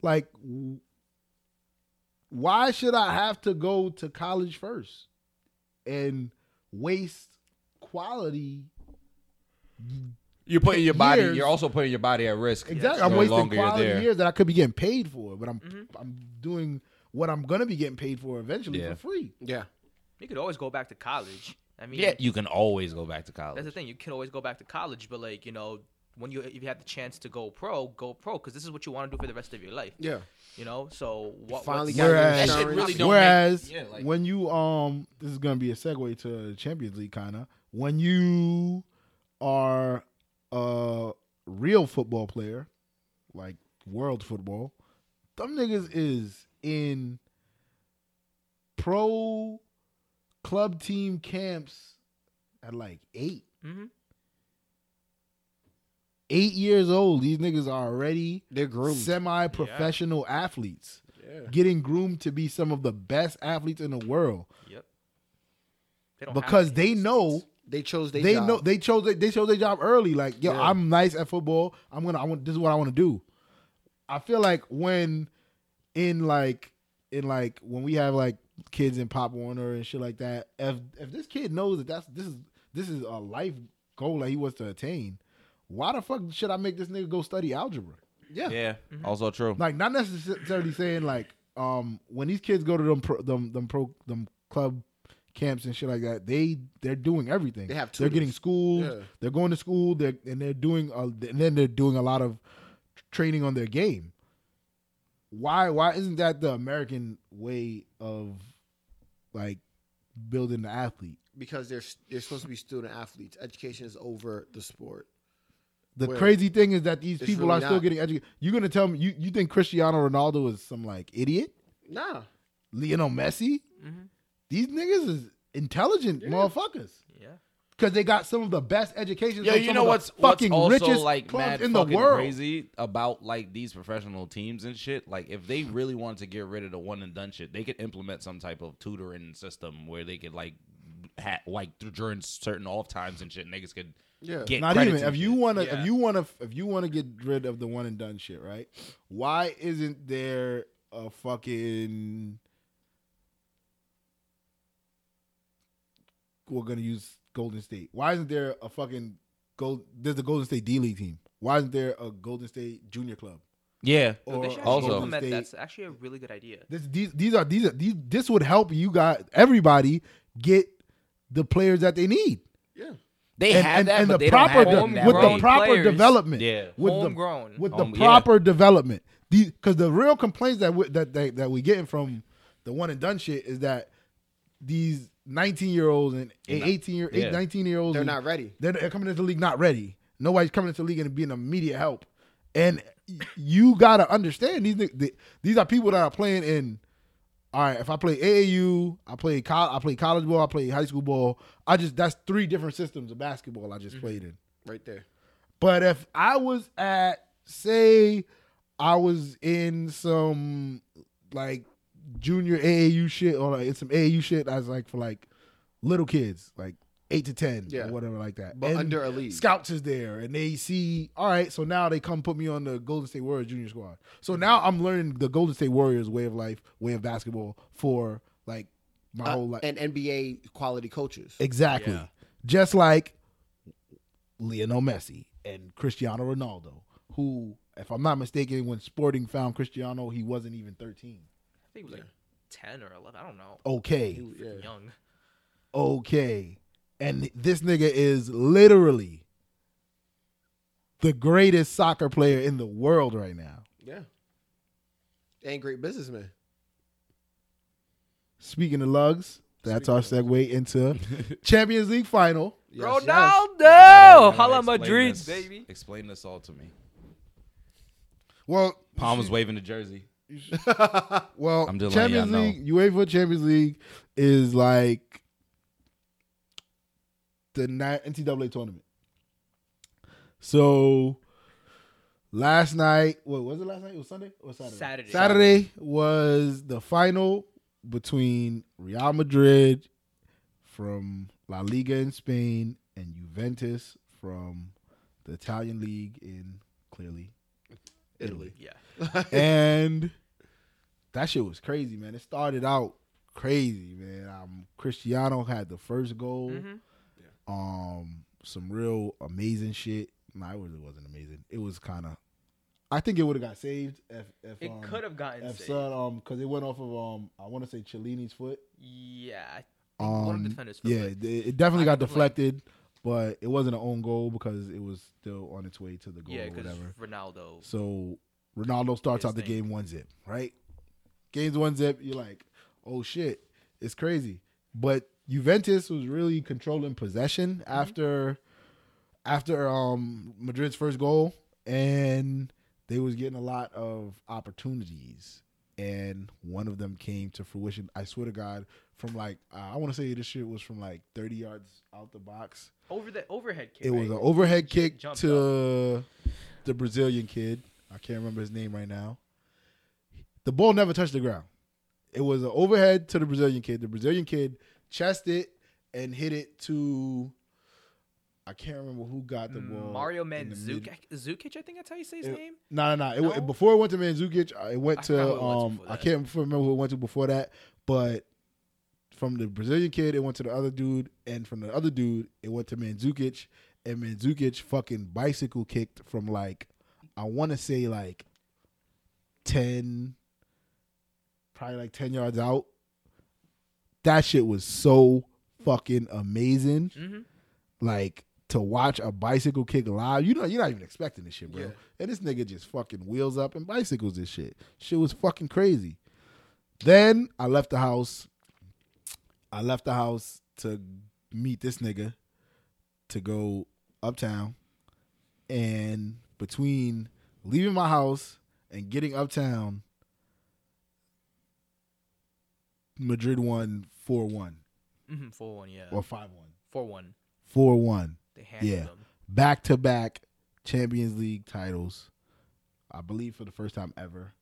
Speaker 3: Like, w- why should I have to go to college first and waste quality?
Speaker 2: you're putting your body.
Speaker 3: years-
Speaker 2: You're also putting your body at risk.
Speaker 3: Exactly,
Speaker 2: The
Speaker 3: I'm wasting
Speaker 2: longer you're
Speaker 3: quality
Speaker 2: there.
Speaker 3: years that I could be getting paid for, but I'm I'm doing what I'm gonna be getting paid for eventually
Speaker 2: Yeah.
Speaker 3: for free.
Speaker 1: Yeah.
Speaker 4: You could always go back to college. I mean,
Speaker 2: Yeah, you can always go back to college.
Speaker 4: that's the thing. You can always go back to college, but like you know, when you if you have the chance to go pro, go pro because this is what you want to do for the rest of your life.
Speaker 1: Yeah.
Speaker 4: You know, so what?
Speaker 1: finally
Speaker 4: what's-
Speaker 1: got
Speaker 3: Whereas,
Speaker 2: That shit really don't
Speaker 3: whereas
Speaker 2: make- yeah, like-
Speaker 3: when you um, this is gonna be a segue to the Champions League kind of. When you are a real football player, like world football, them niggas is in pro club team camps at like eight.
Speaker 4: Mhm.
Speaker 3: Eight years old, these niggas are already
Speaker 1: They're groomed.
Speaker 3: semi-professional athletes
Speaker 1: yeah.
Speaker 3: getting groomed to be some of the best athletes in the world
Speaker 4: Yep. They don't have
Speaker 3: because
Speaker 4: to.
Speaker 3: they know
Speaker 1: They chose their
Speaker 3: They
Speaker 1: job.
Speaker 3: know they chose they, they chose their job early. Like, yo,
Speaker 1: Yeah.
Speaker 3: I'm nice at football. I'm gonna I want this is what I want to do. I feel like when in like in like when we have like kids in Pop Warner and shit like that, if if this kid knows that that's this is this is a life goal that he wants to attain, why the fuck should I make this nigga go study algebra?
Speaker 1: yeah.
Speaker 2: Yeah, also true.
Speaker 3: like not necessarily saying like um when these kids go to them pro, them them pro them club camps and shit like that they they're doing everything
Speaker 1: They have
Speaker 3: they're
Speaker 1: tutors.
Speaker 3: getting schooled
Speaker 1: Yeah.
Speaker 3: they're going to school they're and they're doing a, and then they're doing a lot of training on their game why why isn't that the american way of like building the athlete
Speaker 1: because they're they're supposed to be student athletes. Education is over the sport.
Speaker 3: the
Speaker 1: Well,
Speaker 3: crazy thing is that these
Speaker 1: it's
Speaker 3: people
Speaker 1: really
Speaker 3: are still
Speaker 1: not.
Speaker 3: getting educated you're gonna tell me you, you think cristiano ronaldo is some like idiot
Speaker 1: Nah,
Speaker 3: Lionel Messi,
Speaker 4: Mhm.
Speaker 3: these niggas is intelligent motherfuckers
Speaker 4: Yeah.
Speaker 3: because they got some of the best education.
Speaker 2: Yeah,
Speaker 3: from some
Speaker 2: you know
Speaker 3: of the
Speaker 2: what's
Speaker 3: fucking
Speaker 2: what's also
Speaker 3: richest
Speaker 2: like
Speaker 3: clubs
Speaker 2: mad
Speaker 3: in the
Speaker 2: fucking
Speaker 3: world.
Speaker 2: crazy about like these professional teams and shit. Like if they really wanted to get rid of the one and done shit, they could implement some type of tutoring system where they could like ha- like during certain off times and shit, niggas could
Speaker 1: Yeah.
Speaker 2: get
Speaker 3: Not
Speaker 2: credits
Speaker 3: even
Speaker 2: and
Speaker 3: if you
Speaker 2: shit.
Speaker 3: want to
Speaker 4: Yeah.
Speaker 3: if you want to if you want to get rid of the one and done shit, right? Why isn't there a fucking we're gonna use Golden State? Why isn't there a fucking gold? There's a Golden State D League team. Why isn't there a Golden State Junior Club?
Speaker 2: yeah.
Speaker 4: No, they should actually
Speaker 2: also-
Speaker 4: implement that.
Speaker 3: Golden
Speaker 4: That's actually a really good idea.
Speaker 3: This, these, these are these are these. This would help you guys, everybody, get the players that they need.
Speaker 1: yeah.
Speaker 2: They
Speaker 3: and,
Speaker 2: have
Speaker 3: and,
Speaker 2: that,
Speaker 3: and
Speaker 2: but
Speaker 3: the
Speaker 2: they
Speaker 3: proper
Speaker 2: don't have
Speaker 4: de-
Speaker 2: them that
Speaker 3: with
Speaker 2: way.
Speaker 3: the proper
Speaker 4: Players.
Speaker 3: development.
Speaker 2: Yeah.
Speaker 3: with the
Speaker 4: Homegrown.
Speaker 3: with
Speaker 2: Home-
Speaker 3: the
Speaker 2: yeah.
Speaker 3: proper development. These because the real complaints that we, that that that we getting from the one and done shit is that these nineteen year olds and
Speaker 2: They're not-
Speaker 3: eighteen year
Speaker 2: yeah.
Speaker 3: eight, nineteen year olds
Speaker 1: They're
Speaker 3: and-
Speaker 1: not ready.
Speaker 3: They're, they're coming into the league not ready. Nobody's coming into the league and being immediate help. And y- you gotta understand these ni- the, these are people that are playing in. All right, if I play AAU, I play col- I play college ball, I play high school ball. I just that's three different systems of basketball I just
Speaker 1: Mm-hmm.
Speaker 3: played in.
Speaker 1: right there.
Speaker 3: But if I was at, say, I was in some like junior AAU shit or like in some AAU shit that's like for like little kids, like eight to ten
Speaker 1: Yeah.
Speaker 3: or whatever like that.
Speaker 1: But under a league.
Speaker 3: Scouts is there and they see, all right, so now they come put me on the Golden State Warriors junior squad. So now I'm learning the Golden State Warriors way of life, way of basketball for like my
Speaker 1: Uh,
Speaker 3: whole life.
Speaker 1: and NBA quality coaches.
Speaker 3: Exactly. Just like Lionel Messi and Cristiano Ronaldo, who, if I'm not mistaken, when Sporting found Cristiano, he wasn't even 13.
Speaker 4: I think it was like 10 or 11. I don't know.
Speaker 3: Okay.
Speaker 1: Yeah.
Speaker 4: Young.
Speaker 3: Okay. And this nigga is literally the greatest soccer player in the world right now.
Speaker 1: Yeah. And great businessmen.
Speaker 3: Speaking of lugs, that's our segue into Champions League final.
Speaker 1: Yes, yes.
Speaker 4: Ronaldo! Hala
Speaker 2: Explain
Speaker 4: Madrid,
Speaker 2: this-
Speaker 4: baby.
Speaker 2: Explain this all to me.
Speaker 3: Well,
Speaker 2: Palmer's waving the jersey.
Speaker 3: Well,
Speaker 2: I'm just letting
Speaker 3: Champions
Speaker 2: y'all know.
Speaker 3: League, UEFA Champions League is like the ni- NCAA tournament. So last night, what was it? Last night it was Sunday or Saturday.
Speaker 4: Saturday.
Speaker 3: Saturday was the final between Real Madrid from La Liga in Spain and Juventus from the Italian league in clearly
Speaker 1: Italy.
Speaker 4: Yeah.
Speaker 3: and that shit was crazy, man. It started out crazy, man. Um, Cristiano had the first goal.
Speaker 4: Mhm.
Speaker 3: Um, some real amazing shit. Nah, it really wasn't amazing. It was kind of. I think it would have got saved if if
Speaker 4: It
Speaker 3: um,
Speaker 4: could have gotten
Speaker 3: if
Speaker 4: saved.
Speaker 3: Son, um because it went off of um I want to say Cellini's foot.
Speaker 4: Yeah. I think
Speaker 3: Um,
Speaker 4: one of the defenders.
Speaker 3: yeah,
Speaker 4: fell.
Speaker 3: it, it definitely
Speaker 4: I
Speaker 3: got
Speaker 4: can complain.
Speaker 3: deflected, but it wasn't an own goal because it was still on its way to the goal
Speaker 4: Yeah,
Speaker 3: or
Speaker 4: because
Speaker 3: whatever.
Speaker 4: Ronaldo.
Speaker 3: So Ronaldo starts
Speaker 4: His
Speaker 3: out the
Speaker 4: thing.
Speaker 3: game one zip, right? Games one zip, you're like, oh shit, it's crazy. But Juventus was really controlling possession after after um Madrid's first goal and they was getting a lot of opportunities and one of them came to fruition. I swear to God, from like I want to say this shit was from like 30 yards out the box.
Speaker 4: Over the overhead kick.
Speaker 3: It was
Speaker 4: right?
Speaker 3: an overhead
Speaker 4: J-
Speaker 3: kick
Speaker 4: jumped
Speaker 3: to the Brazilian kid. I can't remember his name right now. The ball never touched the ground. It was an overhead to the Brazilian kid. The Brazilian kid chested it and hit it to I can't remember who got the ball.
Speaker 4: Mario
Speaker 3: in the mid-
Speaker 4: Mandzukic, Zukic, I think that's how you say his name.
Speaker 3: No, no, no. It, went
Speaker 4: No?
Speaker 3: Before it went to Mandzukic, uh, it went
Speaker 4: I forgot who
Speaker 3: to
Speaker 4: it went to
Speaker 3: um.
Speaker 4: before
Speaker 3: I
Speaker 4: that.
Speaker 3: can't remember who it went to before that, but from the Brazilian kid, it went to the other dude, and from the other dude, it went to Mandzukic, and Mandzukic fucking bicycle kicked from like, I want to say like, ten, probably like ten yards out. That shit was so fucking amazing
Speaker 4: Mhm.
Speaker 3: like to watch a bicycle kick live. You know, you're not even expecting this shit, bro.
Speaker 4: Yeah.
Speaker 3: And this nigga just fucking wheels up and bicycles this shit. Shit was fucking crazy. Then I left the house. I left the house to meet this nigga to go uptown. And between leaving my house and getting uptown, Madrid won 4 1
Speaker 4: Mm-hmm. Four one, yeah.
Speaker 3: or 5 1.
Speaker 4: Four one.
Speaker 3: 4 1
Speaker 4: They handled
Speaker 3: Yeah.
Speaker 4: them.
Speaker 3: back to back Champions League titles. I believe for the first time ever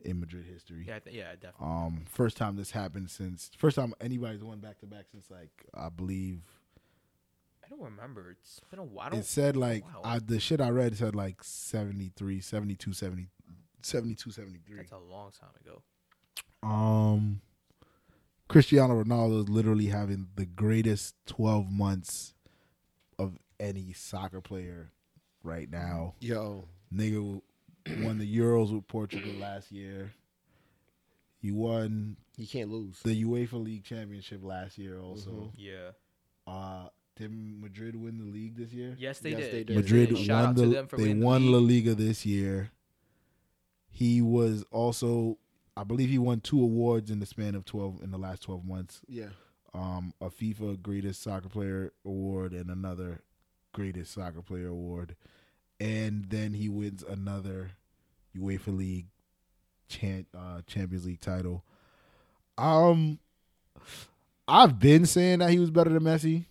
Speaker 3: in Madrid history.
Speaker 4: Yeah, I th- yeah, definitely.
Speaker 3: Um, first time this happened since first time anybody's won back to back since like I believe
Speaker 4: I don't remember. It's been a while. I
Speaker 3: it
Speaker 4: don't,
Speaker 3: said like
Speaker 4: wow.
Speaker 3: I, the shit I read said like 73, 72, 70, 72, 73.
Speaker 4: that's a long time ago.
Speaker 3: Um, Cristiano Ronaldo is literally having the greatest 12 months of any soccer player right now.
Speaker 1: Yo,
Speaker 3: Nigga won the Euros with Portugal last year. He won
Speaker 1: you can't lose.
Speaker 3: the UEFA League Championship last year also.
Speaker 1: Mhm.
Speaker 4: Yeah.
Speaker 3: Uh did Madrid win the league this year?
Speaker 4: Yes, they
Speaker 1: Yes,
Speaker 4: did.
Speaker 1: they did.
Speaker 3: Madrid
Speaker 4: Shout
Speaker 3: won
Speaker 4: out to
Speaker 3: the
Speaker 4: them for
Speaker 3: they
Speaker 4: winning the
Speaker 3: won
Speaker 4: league.
Speaker 3: La Liga this year. He was also I believe he won two awards in the span of 12 in the last 12 months.
Speaker 1: Yeah,
Speaker 3: Um a FIFA Greatest Soccer Player award and another Greatest Soccer Player award. And then he wins another UEFA League chan- uh, Champions League title. Um, I've been saying that he was better than Messi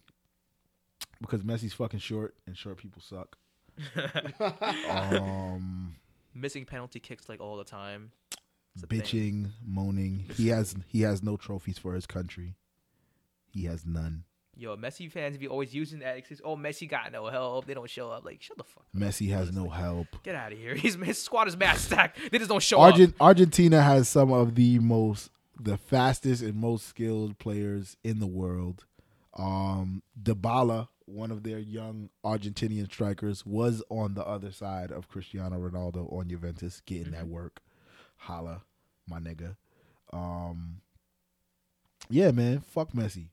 Speaker 3: because Messi's fucking short and short people suck. Um,
Speaker 4: Missing penalty kicks like all the time. It's a thing.
Speaker 3: bitching, moaning. He has he has no trophies for his country. He has none.
Speaker 4: Yo, Messi fans be always using that excuse. Oh, Messi got no help. They don't show up. Like, shut the fuck. up.
Speaker 3: Messi has no help.
Speaker 4: Get out of here. He's, his squad is mad stacked. They just don't show up.
Speaker 3: Argent, Argentina has some of the most, the fastest and most skilled players in the world. Um, Dybala, one of their young Argentinian strikers, was on the other side of Cristiano Ronaldo on Juventus, getting that work. Holla, my nigga. Um, yeah, man, fuck Messi,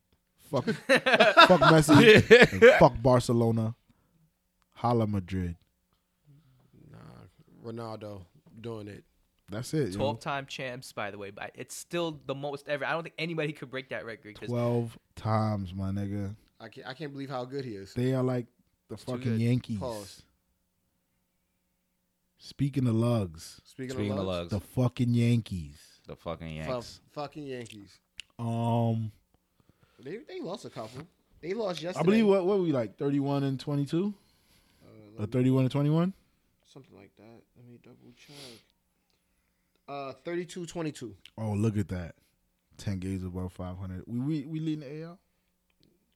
Speaker 3: fuck, fuck Messi, and fuck Barcelona. Holla, Madrid.
Speaker 1: nah, Ronaldo doing it.
Speaker 3: That's it. yo.
Speaker 4: 12 time champs, by the way, but it's still the most ever. I don't think anybody could break that record because
Speaker 3: Twelve times, my nigga.
Speaker 1: I can't. I can't believe how good he is.
Speaker 3: They are like the
Speaker 4: too
Speaker 3: fucking
Speaker 4: good.
Speaker 3: Yankees.
Speaker 1: Pause.
Speaker 3: Speaking of lugs,
Speaker 1: Speaking,
Speaker 2: Speaking
Speaker 1: of
Speaker 2: of
Speaker 1: love,
Speaker 2: lugs,
Speaker 3: the
Speaker 2: the,
Speaker 3: fucking Yankees.
Speaker 2: fucking Yanks.
Speaker 1: fucking Yankees.
Speaker 3: Um,
Speaker 1: They they lost a couple. They lost yesterday.
Speaker 3: I believe what what were we like thirty one and twenty two
Speaker 1: Uh,
Speaker 3: or
Speaker 1: let me-
Speaker 3: thirty one and twenty one.
Speaker 1: something like that. Let me double check. Uh, 32 22.
Speaker 3: Oh, look at that, ten games above five hundred. We we we leading the AL.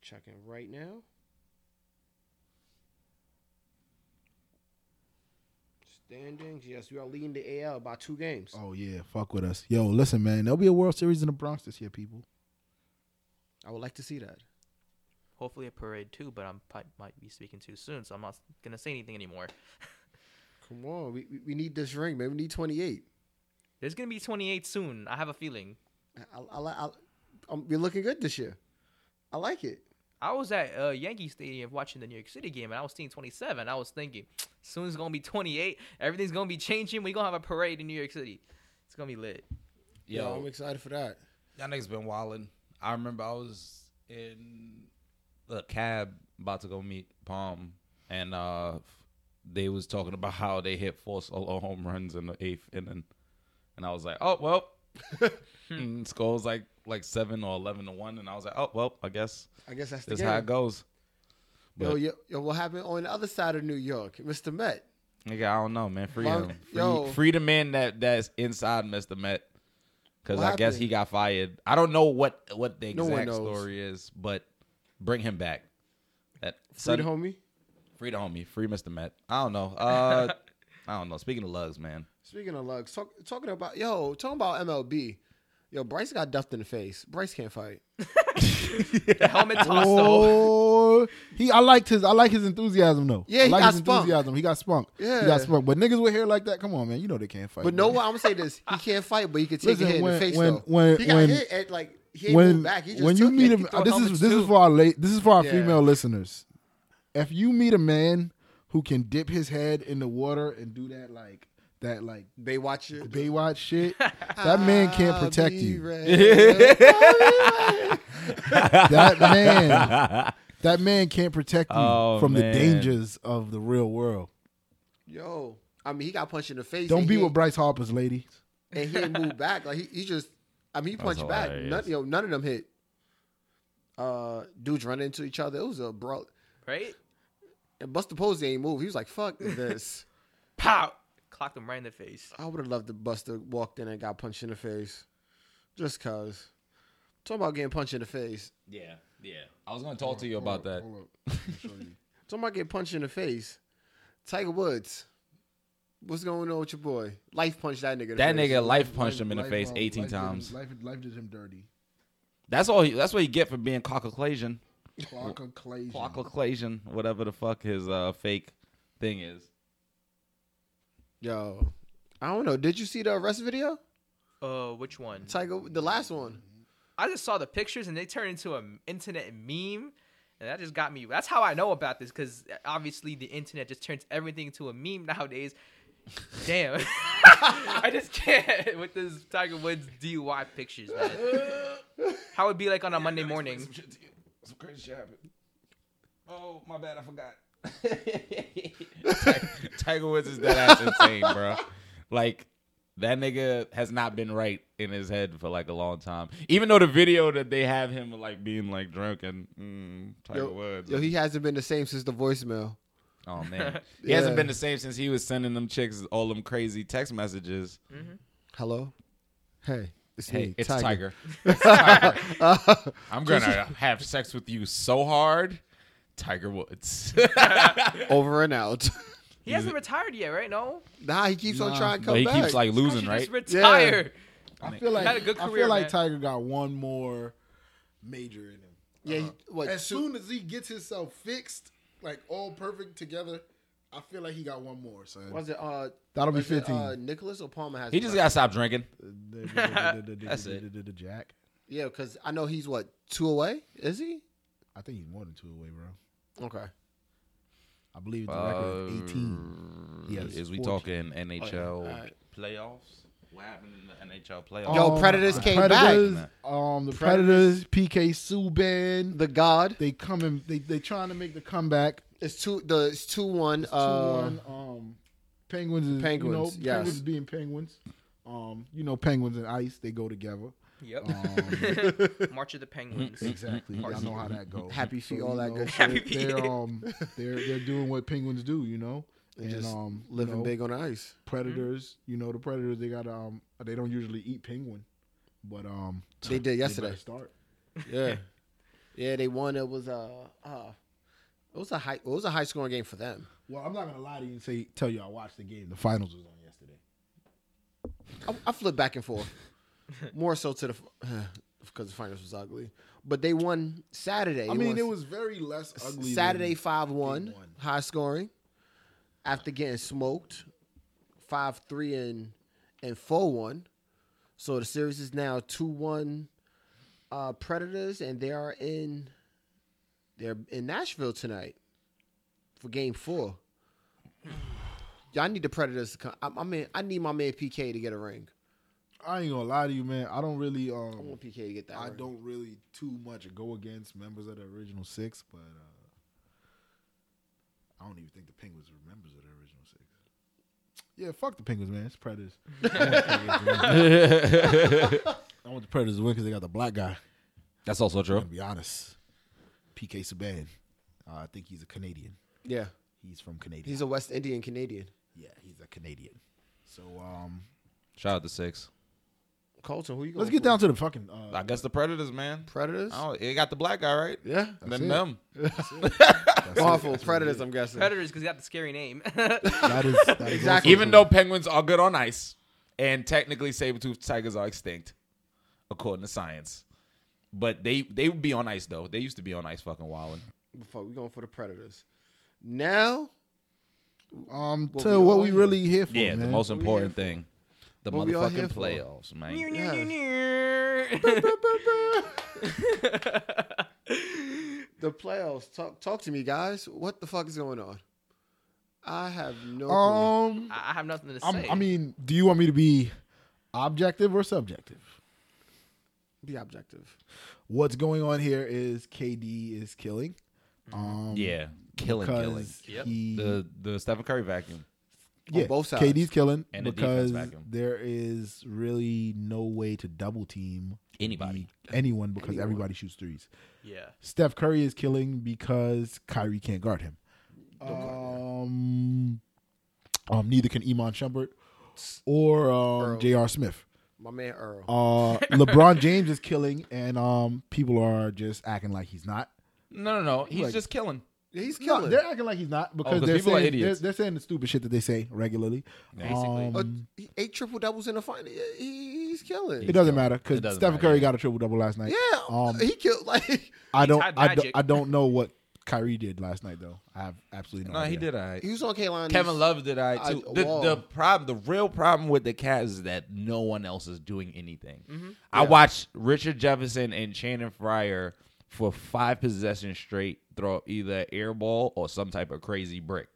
Speaker 1: Checking right now. Standings. Yes, we are leading the AL by two games.
Speaker 3: Oh yeah, fuck with us, yo. Listen, man, there'll be a World Series in the Bronx this year, people.
Speaker 1: I would like to see that.
Speaker 4: hopefully a parade too, but I am might be speaking too soon, so I'm not going to say anything anymore.
Speaker 1: Come on. We, we, we need this ring, man. We need 28.
Speaker 4: There's going to be 28 soon. I have a feeling.
Speaker 1: I, I, I, I, um, you're looking good this year. I like it.
Speaker 4: I was at uh, Yankee Stadium watching the New York City game, and I was seeing 27. I was thinking, soon it's gonna be 28. Everything's gonna be changing. We gonna have a parade in New York City. It's gonna be lit.
Speaker 1: Yeah, I'm excited for that.
Speaker 2: That nigga's been wildin'. I remember I was in the cab about to go meet Palm, and uh, they was talking about how they hit four solo home runs in the eighth inning, and I was like, oh well. and score was like like seven or eleven to one, and I was like, oh well, I guess
Speaker 1: I guess that's the
Speaker 2: that's
Speaker 1: game.
Speaker 2: how it goes.
Speaker 1: Yo,
Speaker 2: But-
Speaker 1: yo, yo, what happened on the other side of New York, Mr. Met?
Speaker 2: Nigga, I don't know, man. Free
Speaker 1: Why-
Speaker 2: him. Free,
Speaker 1: yo.
Speaker 2: free the man that that's inside Mr. Met. Because
Speaker 1: What
Speaker 2: I guess he
Speaker 1: happened?
Speaker 2: got fired. I don't know what what the
Speaker 1: No one
Speaker 2: exact
Speaker 1: knows.
Speaker 2: story is, but bring him back. That
Speaker 1: Free
Speaker 2: Sun-
Speaker 1: the homie.
Speaker 2: Free the homie. Free Mr. Matt. I don't know. Uh, I don't know. Speaking of lugs, man.
Speaker 1: Speaking of lugs, talk, talking about yo, talking about MLB. Yo, Bryce got duffed in the face. Bryce can't fight.
Speaker 4: The helmet toss though.
Speaker 3: Oh, he. I liked his. I like his enthusiasm though.
Speaker 1: Yeah,
Speaker 3: I
Speaker 1: he
Speaker 3: like
Speaker 1: got
Speaker 3: his
Speaker 1: spunk.
Speaker 3: enthusiasm. He got spunk. he
Speaker 1: Yeah.
Speaker 3: got spunk. But niggas with hair like that, come on, man. You know they can't fight.
Speaker 1: But no
Speaker 3: man.
Speaker 1: one, I'm gonna say this: he can't fight, but he can take
Speaker 3: Listen,
Speaker 1: a hit
Speaker 3: when-
Speaker 1: in the face
Speaker 3: when-
Speaker 1: though.
Speaker 3: when-
Speaker 1: he got
Speaker 3: when-
Speaker 1: hit at like he ain't
Speaker 3: when
Speaker 1: moved back. He just
Speaker 3: when you
Speaker 1: took
Speaker 3: meet uh,
Speaker 1: it.
Speaker 3: a
Speaker 4: throw
Speaker 3: this is
Speaker 4: helmets
Speaker 3: this
Speaker 4: too.
Speaker 3: is for our late this is for our
Speaker 1: Yeah.
Speaker 3: female listeners. If you meet a man who can dip his head in the water and do that like that like
Speaker 1: they watch you.
Speaker 3: Baywatch shit, that man can't
Speaker 1: I'll
Speaker 3: protect
Speaker 1: be
Speaker 3: you.
Speaker 1: ready.
Speaker 3: That man that man can't protect you
Speaker 2: Oh,
Speaker 3: from
Speaker 2: man.
Speaker 3: the dangers of the real world.
Speaker 1: yo, I mean, he got punched in the face.
Speaker 3: Don't
Speaker 1: and
Speaker 3: be
Speaker 1: he,
Speaker 3: with Bryce Harper's lady.
Speaker 1: and he ain't moved back. Like he, he just, I mean, he
Speaker 2: That's
Speaker 1: punched back. None,
Speaker 2: hilarious.
Speaker 1: yo, none of them hit. Uh, dudes running into each other. It was a brawl.
Speaker 4: Right?
Speaker 1: And Buster Posey ain't move. He was like, "Fuck this."
Speaker 4: Pow! Clocked him right in the face.
Speaker 1: I would have loved if Buster walked in and got punched in the face, just cause. Talking about getting punched in the face.
Speaker 2: Yeah, yeah. I was gonna talk to you about that.
Speaker 1: Talking about getting punched in the face. Tiger Woods. What's going on with your boy? Life punched that nigga. in the
Speaker 2: That
Speaker 1: face.
Speaker 2: nigga life punched him in the face 18 times.
Speaker 3: life, life did him dirty.
Speaker 2: That's all. He, that's what you get for being cockaclasian,
Speaker 3: Clock of clay.
Speaker 2: cockaclasian, whatever the fuck his uh, fake thing is.
Speaker 1: Yo, I don't know. Did you see the arrest video?
Speaker 4: Uh, which one?
Speaker 1: Tiger, the last one.
Speaker 4: I just saw the pictures and they turned into an internet meme. And that just got me. That's how I know about this because obviously the internet just turns everything into a meme nowadays. Damn. I just can't with this Tiger Woods DUI pictures, man. How it'd be like on a Monday morning.
Speaker 2: Some crazy shit happened. Oh my bad, I forgot. Tiger Woods is dead ass insane, bro. Like that nigga has not been right in his head for like a long time. Even though the video that they have him like being like drunk and mm, Tiger
Speaker 1: Yo,
Speaker 2: Woods.
Speaker 1: yo, he hasn't been the same since the voicemail.
Speaker 2: oh man, he
Speaker 1: Yeah.
Speaker 2: hasn't been the same since he was sending them chicks all them crazy text messages.
Speaker 1: Hello. Hey, it's
Speaker 2: Hey,
Speaker 1: me,
Speaker 2: it's
Speaker 1: Tiger.
Speaker 2: Tiger. It's Tiger. I'm gonna have sex with you so hard, Tiger Woods.
Speaker 1: Over and out.
Speaker 4: He hasn't retired yet, right? No?
Speaker 1: nah, he keeps on
Speaker 3: Nah.
Speaker 1: trying to come
Speaker 2: But he
Speaker 1: back.
Speaker 2: keeps like
Speaker 4: Why don't
Speaker 2: losing,
Speaker 4: you
Speaker 2: right?
Speaker 4: Just
Speaker 1: Yeah.
Speaker 4: retire.
Speaker 3: I feel like
Speaker 4: had a good
Speaker 3: I feel
Speaker 4: career,
Speaker 3: like
Speaker 4: man.
Speaker 3: Tiger got one more major in him.
Speaker 1: yeah,
Speaker 3: Uh,
Speaker 1: he- what,
Speaker 3: As
Speaker 1: two-
Speaker 3: soon as he gets himself fixed, like all perfect together, I feel like he got one more. Son,
Speaker 1: Was it uh?
Speaker 3: that'll be
Speaker 1: was it,
Speaker 3: fifteen.
Speaker 1: uh, Nicholas or Palmer has.
Speaker 2: He
Speaker 1: the
Speaker 2: just
Speaker 1: best?
Speaker 2: got to stop drinking.
Speaker 3: That's
Speaker 2: it.
Speaker 3: Jack.
Speaker 1: yeah, because I know he's what two away. Is he?
Speaker 3: I think he's more than two away, bro.
Speaker 1: Okay.
Speaker 3: I believe the record
Speaker 1: Uh,
Speaker 3: is eighteen. Yes,
Speaker 2: Is we
Speaker 3: 14.
Speaker 2: talking NHL
Speaker 1: alright.
Speaker 2: playoffs? What happened in the NHL
Speaker 1: Yo,
Speaker 2: playoffs?
Speaker 1: Predators
Speaker 3: the
Speaker 1: came
Speaker 3: Um, Predators,
Speaker 2: back.
Speaker 3: Um, the Predators, PK Subban,
Speaker 1: The God.
Speaker 3: they coming. They they trying to make the comeback.
Speaker 1: It's two. The it's two one.
Speaker 3: two
Speaker 1: uh,
Speaker 3: one. Um, penguins is You know,
Speaker 1: Penguins, yes.
Speaker 3: Penguins being penguins. Um, you know, penguins and ice they go together.
Speaker 4: Yep.
Speaker 3: Um,
Speaker 4: March of the Penguins.
Speaker 3: exactly. I know how that goes.
Speaker 1: Happy feet,
Speaker 3: you
Speaker 1: all that
Speaker 3: know,
Speaker 1: good
Speaker 4: Happy
Speaker 1: shit.
Speaker 4: feet.
Speaker 3: They're um, they're they're doing what penguins do. You know, and
Speaker 1: just
Speaker 3: um, you
Speaker 1: Living
Speaker 3: know,
Speaker 1: big Mm-hmm. on ice.
Speaker 3: predators. You know, the predators they got um, they don't usually eat penguin, but um,
Speaker 1: They did
Speaker 3: they better
Speaker 1: yesterday.
Speaker 3: start.
Speaker 1: Yeah. Yeah, they won. It was uh, uh it was a high. It was a high scoring game for them.
Speaker 3: Well, I'm not gonna lie to you and say tell you I watched the game. The finals was on yesterday.
Speaker 1: I, I flipped back and forth, more so to the because the finals was ugly. But they won Saturday.
Speaker 3: I
Speaker 1: They
Speaker 3: mean,
Speaker 1: won
Speaker 3: it was very less ugly.
Speaker 1: Saturday
Speaker 3: than-
Speaker 1: five one
Speaker 3: one.
Speaker 1: high scoring after getting smoked five three and and four one. So the series is now two one uh, Predators and they are in they're in Nashville tonight for game four. Y'all need the Predators to come. I, I mean, I need my man PK to get a ring.
Speaker 3: I ain't gonna lie to you, man. I don't really
Speaker 1: I
Speaker 3: um
Speaker 1: want PK to get that.
Speaker 3: I
Speaker 1: ring.
Speaker 3: don't really too much go against members of the original six, but uh I don't even think the Penguins are members of the original six. Yeah, fuck the Penguins, man. It's Predators. I want the Predators to win because they got the black guy.
Speaker 2: That's also
Speaker 3: I'm
Speaker 2: true.
Speaker 3: gonna be honest. PK Subban. Uh, I think he's a Canadian.
Speaker 1: Yeah,
Speaker 3: He's from Canada.
Speaker 1: he's a West Indian Canadian.
Speaker 3: yeah, he's a Canadian. So um
Speaker 2: Shout out to Six.
Speaker 1: Colton, who you?
Speaker 3: Let's
Speaker 1: going
Speaker 3: get
Speaker 1: for?
Speaker 3: down to the fucking. Uh,
Speaker 2: I guess the Predators, man.
Speaker 1: Predators.
Speaker 2: Oh, it got the black guy right.
Speaker 1: Yeah,
Speaker 2: then
Speaker 3: it.
Speaker 2: them.
Speaker 1: awful Predators. I'm guessing.
Speaker 4: Predators because he got the scary name.
Speaker 3: that is that is
Speaker 1: Exactly.
Speaker 2: Even though penguins are good on ice, and technically saber-toothed tigers are extinct, according to science. But they they would be on ice though. They used to be on ice fucking wilding.
Speaker 1: Fuck, we going for the Predators. Now,
Speaker 3: also- um
Speaker 1: What
Speaker 3: to
Speaker 1: we
Speaker 3: what
Speaker 1: all
Speaker 3: we
Speaker 1: here.
Speaker 3: really here for.
Speaker 2: Yeah, the
Speaker 3: man.
Speaker 2: most
Speaker 1: What we
Speaker 2: important thing, the
Speaker 1: What we all here
Speaker 2: motherfucking
Speaker 1: for?
Speaker 2: playoffs, man.
Speaker 1: the playoffs. Talk, talk to me, guys. What the fuck is going on? I have no. clue.
Speaker 3: Um,
Speaker 4: I I have nothing to say.
Speaker 3: I'm, I mean, do you want me to be objective or subjective?
Speaker 1: Be objective.
Speaker 3: What's going on here is KD is killing. Um,
Speaker 2: Yeah, killing, killing.
Speaker 3: because
Speaker 4: Yep.
Speaker 3: he-
Speaker 2: The the Stephen Curry vacuum.
Speaker 1: on
Speaker 3: yeah,
Speaker 1: both sides.
Speaker 3: KD's killing
Speaker 2: And the
Speaker 3: because
Speaker 2: defense vacuum.
Speaker 3: there is really no way to double team
Speaker 2: Anybody.
Speaker 3: the- anyone because
Speaker 1: Anyone.
Speaker 3: everybody shoots threes.
Speaker 4: yeah.
Speaker 3: Steph Curry is killing because Kyrie can't guard him. Um, um, neither can Iman Shumpert or
Speaker 1: Earl.
Speaker 3: um, J.R. Smith.
Speaker 1: My man Earl.
Speaker 3: Uh, LeBron James is killing, and um, people are just acting like he's not.
Speaker 2: No, no, no. He's
Speaker 3: Like-
Speaker 2: just killing.
Speaker 1: Yeah, he's
Speaker 3: No,
Speaker 1: killing.
Speaker 3: they're acting like he's not because
Speaker 2: Oh, 'cause
Speaker 3: they're,
Speaker 2: people are
Speaker 3: saying,
Speaker 2: idiots. Oh,
Speaker 3: They're, they're saying the stupid shit that they say regularly.
Speaker 4: Basically.
Speaker 3: Um,
Speaker 1: Uh, he- eight triple doubles in the final. Yeah, he- he's killing.
Speaker 3: it doesn't matter
Speaker 2: It
Speaker 3: because
Speaker 2: doesn't
Speaker 3: Stephen
Speaker 2: matter,
Speaker 3: Curry
Speaker 2: yeah.
Speaker 3: got a triple double last night.
Speaker 1: yeah,
Speaker 3: Um,
Speaker 1: he killed. Like
Speaker 3: I don't,
Speaker 4: tied
Speaker 3: I don't,
Speaker 4: Magic.
Speaker 3: I don't know what Kyrie did last night though. I have absolutely no.
Speaker 2: No, he
Speaker 3: idea.
Speaker 2: did all right.
Speaker 1: he was on K line.
Speaker 2: Kevin Love did I
Speaker 1: I-
Speaker 2: too. the,
Speaker 1: whoa.
Speaker 2: the problem, the real problem with the Cavs is that no one else is doing anything. I watched Richard Jefferson and Shannon Fryer for five possessions straight throw either air ball or some type of crazy brick.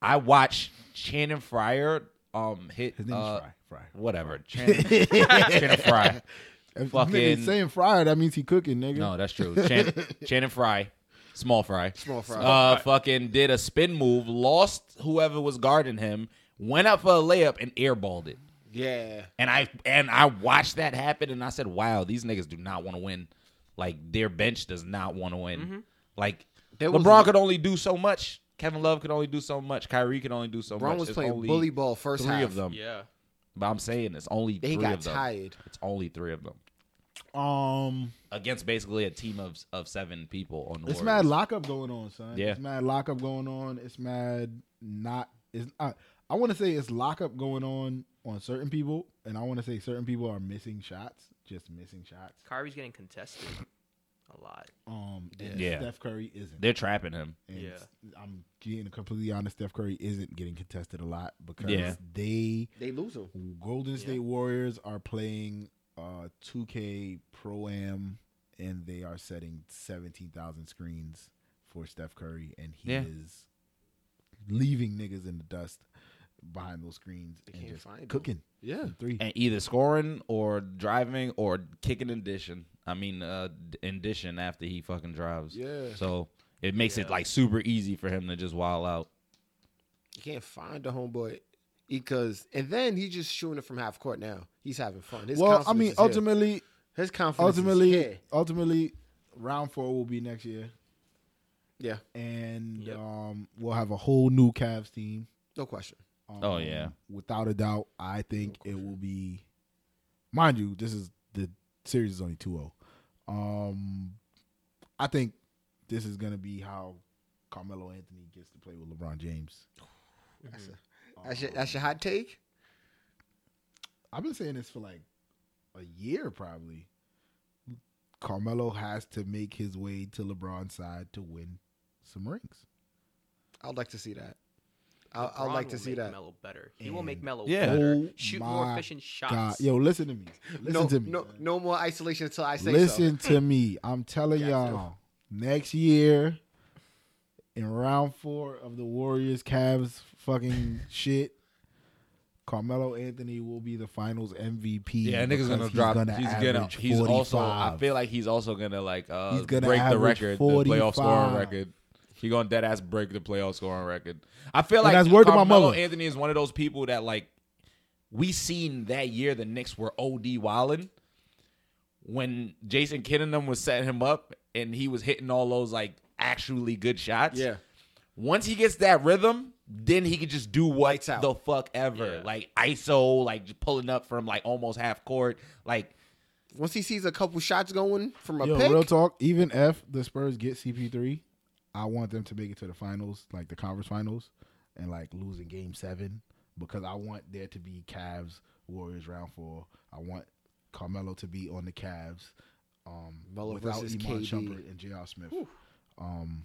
Speaker 2: I watched Shannon Fryer um hit
Speaker 3: His name
Speaker 2: uh,
Speaker 3: is Fry. Fry.
Speaker 2: whatever Shannon, Shannon Fry.
Speaker 3: If
Speaker 2: fucking-
Speaker 3: nigga saying fry, that means he cooking, nigga.
Speaker 2: No, that's true. Shannon, Shannon Fry, small fry,
Speaker 1: Small fry.
Speaker 2: Uh, fucking did a spin move, lost whoever was guarding him, went up for a layup and airballed it.
Speaker 1: Yeah,
Speaker 2: And I and I watched that happen, and I said, "Wow, these niggas do not want to win. Like their bench does not want to win. Like
Speaker 1: Mm-hmm. There was-
Speaker 2: LeBron could only do so much. Kevin Love could only do so much. Kyrie could only do so much.
Speaker 1: Braun was
Speaker 2: It's
Speaker 1: playing
Speaker 2: only
Speaker 1: bully ball first
Speaker 2: Three
Speaker 1: half.
Speaker 2: of them.
Speaker 4: Yeah.
Speaker 2: But I'm saying it's only
Speaker 1: They
Speaker 2: three
Speaker 1: got
Speaker 2: of them.
Speaker 1: tired.
Speaker 2: It's only three of them
Speaker 3: Um,
Speaker 2: against basically a team of of seven people on the
Speaker 3: it's
Speaker 2: Warriors.
Speaker 3: mad lockup going on, son.
Speaker 2: Yeah.
Speaker 3: it's mad lockup going on. It's mad not. It's I, I want to say it's lockup going on on certain people, and I want to say certain people are missing shots, just missing shots.
Speaker 4: Kyrie's getting contested a lot.
Speaker 3: Um, and
Speaker 2: Yeah.
Speaker 3: Steph Curry isn't.
Speaker 2: They're trapping him.
Speaker 3: And
Speaker 4: Yeah.
Speaker 3: s- I'm being completely honest. Steph Curry isn't getting contested a lot because
Speaker 2: Yeah.
Speaker 3: they
Speaker 1: They lose him.
Speaker 3: Golden State Warriors are playing uh 2K Pro Am and they are setting 17,000 screens for Steph Curry and he
Speaker 2: Yeah.
Speaker 3: is leaving niggas in the dust behind those screens
Speaker 1: They
Speaker 3: and
Speaker 1: can't
Speaker 3: just
Speaker 1: find 'em.
Speaker 3: cooking.
Speaker 1: Yeah,
Speaker 3: from Three.
Speaker 2: and either scoring or driving or kicking and dishing. I mean, uh, d- and dishing after he fucking drives.
Speaker 1: Yeah.
Speaker 2: So it makes it
Speaker 4: Yeah.
Speaker 2: like super easy for him to just wild out.
Speaker 1: you can't find the homeboy because, and then he's just shooting it from half court. Now he's having fun. His
Speaker 3: Well, I
Speaker 1: confidence
Speaker 3: mean
Speaker 1: is here.
Speaker 3: ultimately
Speaker 1: his confidence.
Speaker 3: ultimately
Speaker 1: is here.
Speaker 3: ultimately round 4 will be next year
Speaker 1: yeah,
Speaker 3: and
Speaker 4: Yep.
Speaker 3: um we'll have a whole new Cavs team.
Speaker 1: no question.
Speaker 3: Um,
Speaker 2: Oh, yeah.
Speaker 3: without a doubt. I think it will be, mind you, this is the series is only 2-0. Um, I think this is gonna be how Carmelo Anthony gets to play with LeBron James.
Speaker 2: Mm-hmm.
Speaker 1: That's, a, that's, your, that's your hot take.
Speaker 3: I've been saying this for like a year, probably. Carmelo has to make his way to LeBron's side to win some rings.
Speaker 1: I'd like to see that. I, I'd
Speaker 4: LeBron
Speaker 1: like to
Speaker 4: will
Speaker 1: see
Speaker 4: make
Speaker 1: that.
Speaker 4: Melo better. He will make
Speaker 3: And-
Speaker 4: Melo
Speaker 2: Yeah.
Speaker 4: better.
Speaker 3: Oh
Speaker 4: Shoot more
Speaker 3: my
Speaker 4: efficient shots.
Speaker 3: God, yo, listen to me. Listen
Speaker 1: no,
Speaker 3: to me.
Speaker 1: no,
Speaker 3: man.
Speaker 1: no more isolation until I say so.
Speaker 3: Listen to me. I'm telling
Speaker 1: Yes,
Speaker 3: y'all, next year in round four of the Warriors Cavs fucking shit, Carmelo Anthony will be the Finals MVP. because he's average 45.
Speaker 2: I feel like he's also gonna like uh
Speaker 3: He's gonna
Speaker 2: break the
Speaker 3: average
Speaker 2: record, the playoff scoring
Speaker 3: 45.
Speaker 2: record. He gonna dead ass break the playoff scoring record. I feel like
Speaker 3: that's word to my
Speaker 2: Carmelo
Speaker 3: mother.
Speaker 2: Anthony is one of those people that like we seen that year the Knicks were OD wildin' when Jason Kidd and them was setting him up and he was hitting all those like actually good shots.
Speaker 1: Yeah.
Speaker 2: Once he gets that rhythm, then he could just do what
Speaker 1: Lights out.
Speaker 2: the fuck ever.
Speaker 4: Yeah.
Speaker 2: Like ISO, like just pulling up from like almost half court. Like
Speaker 1: Once he sees a couple shots going from a
Speaker 3: Yo,
Speaker 1: pick,
Speaker 3: real talk. Even if the Spurs get CP3, I want them to make it to the finals, like the conference finals, and like losing Game Seven because I want there to be Cavs Warriors round four. I want Carmelo to be on the Cavs. Um,
Speaker 1: Melo
Speaker 3: without
Speaker 1: versus
Speaker 3: Iman
Speaker 1: KD.
Speaker 3: Shumpert and J.R. Smith, um,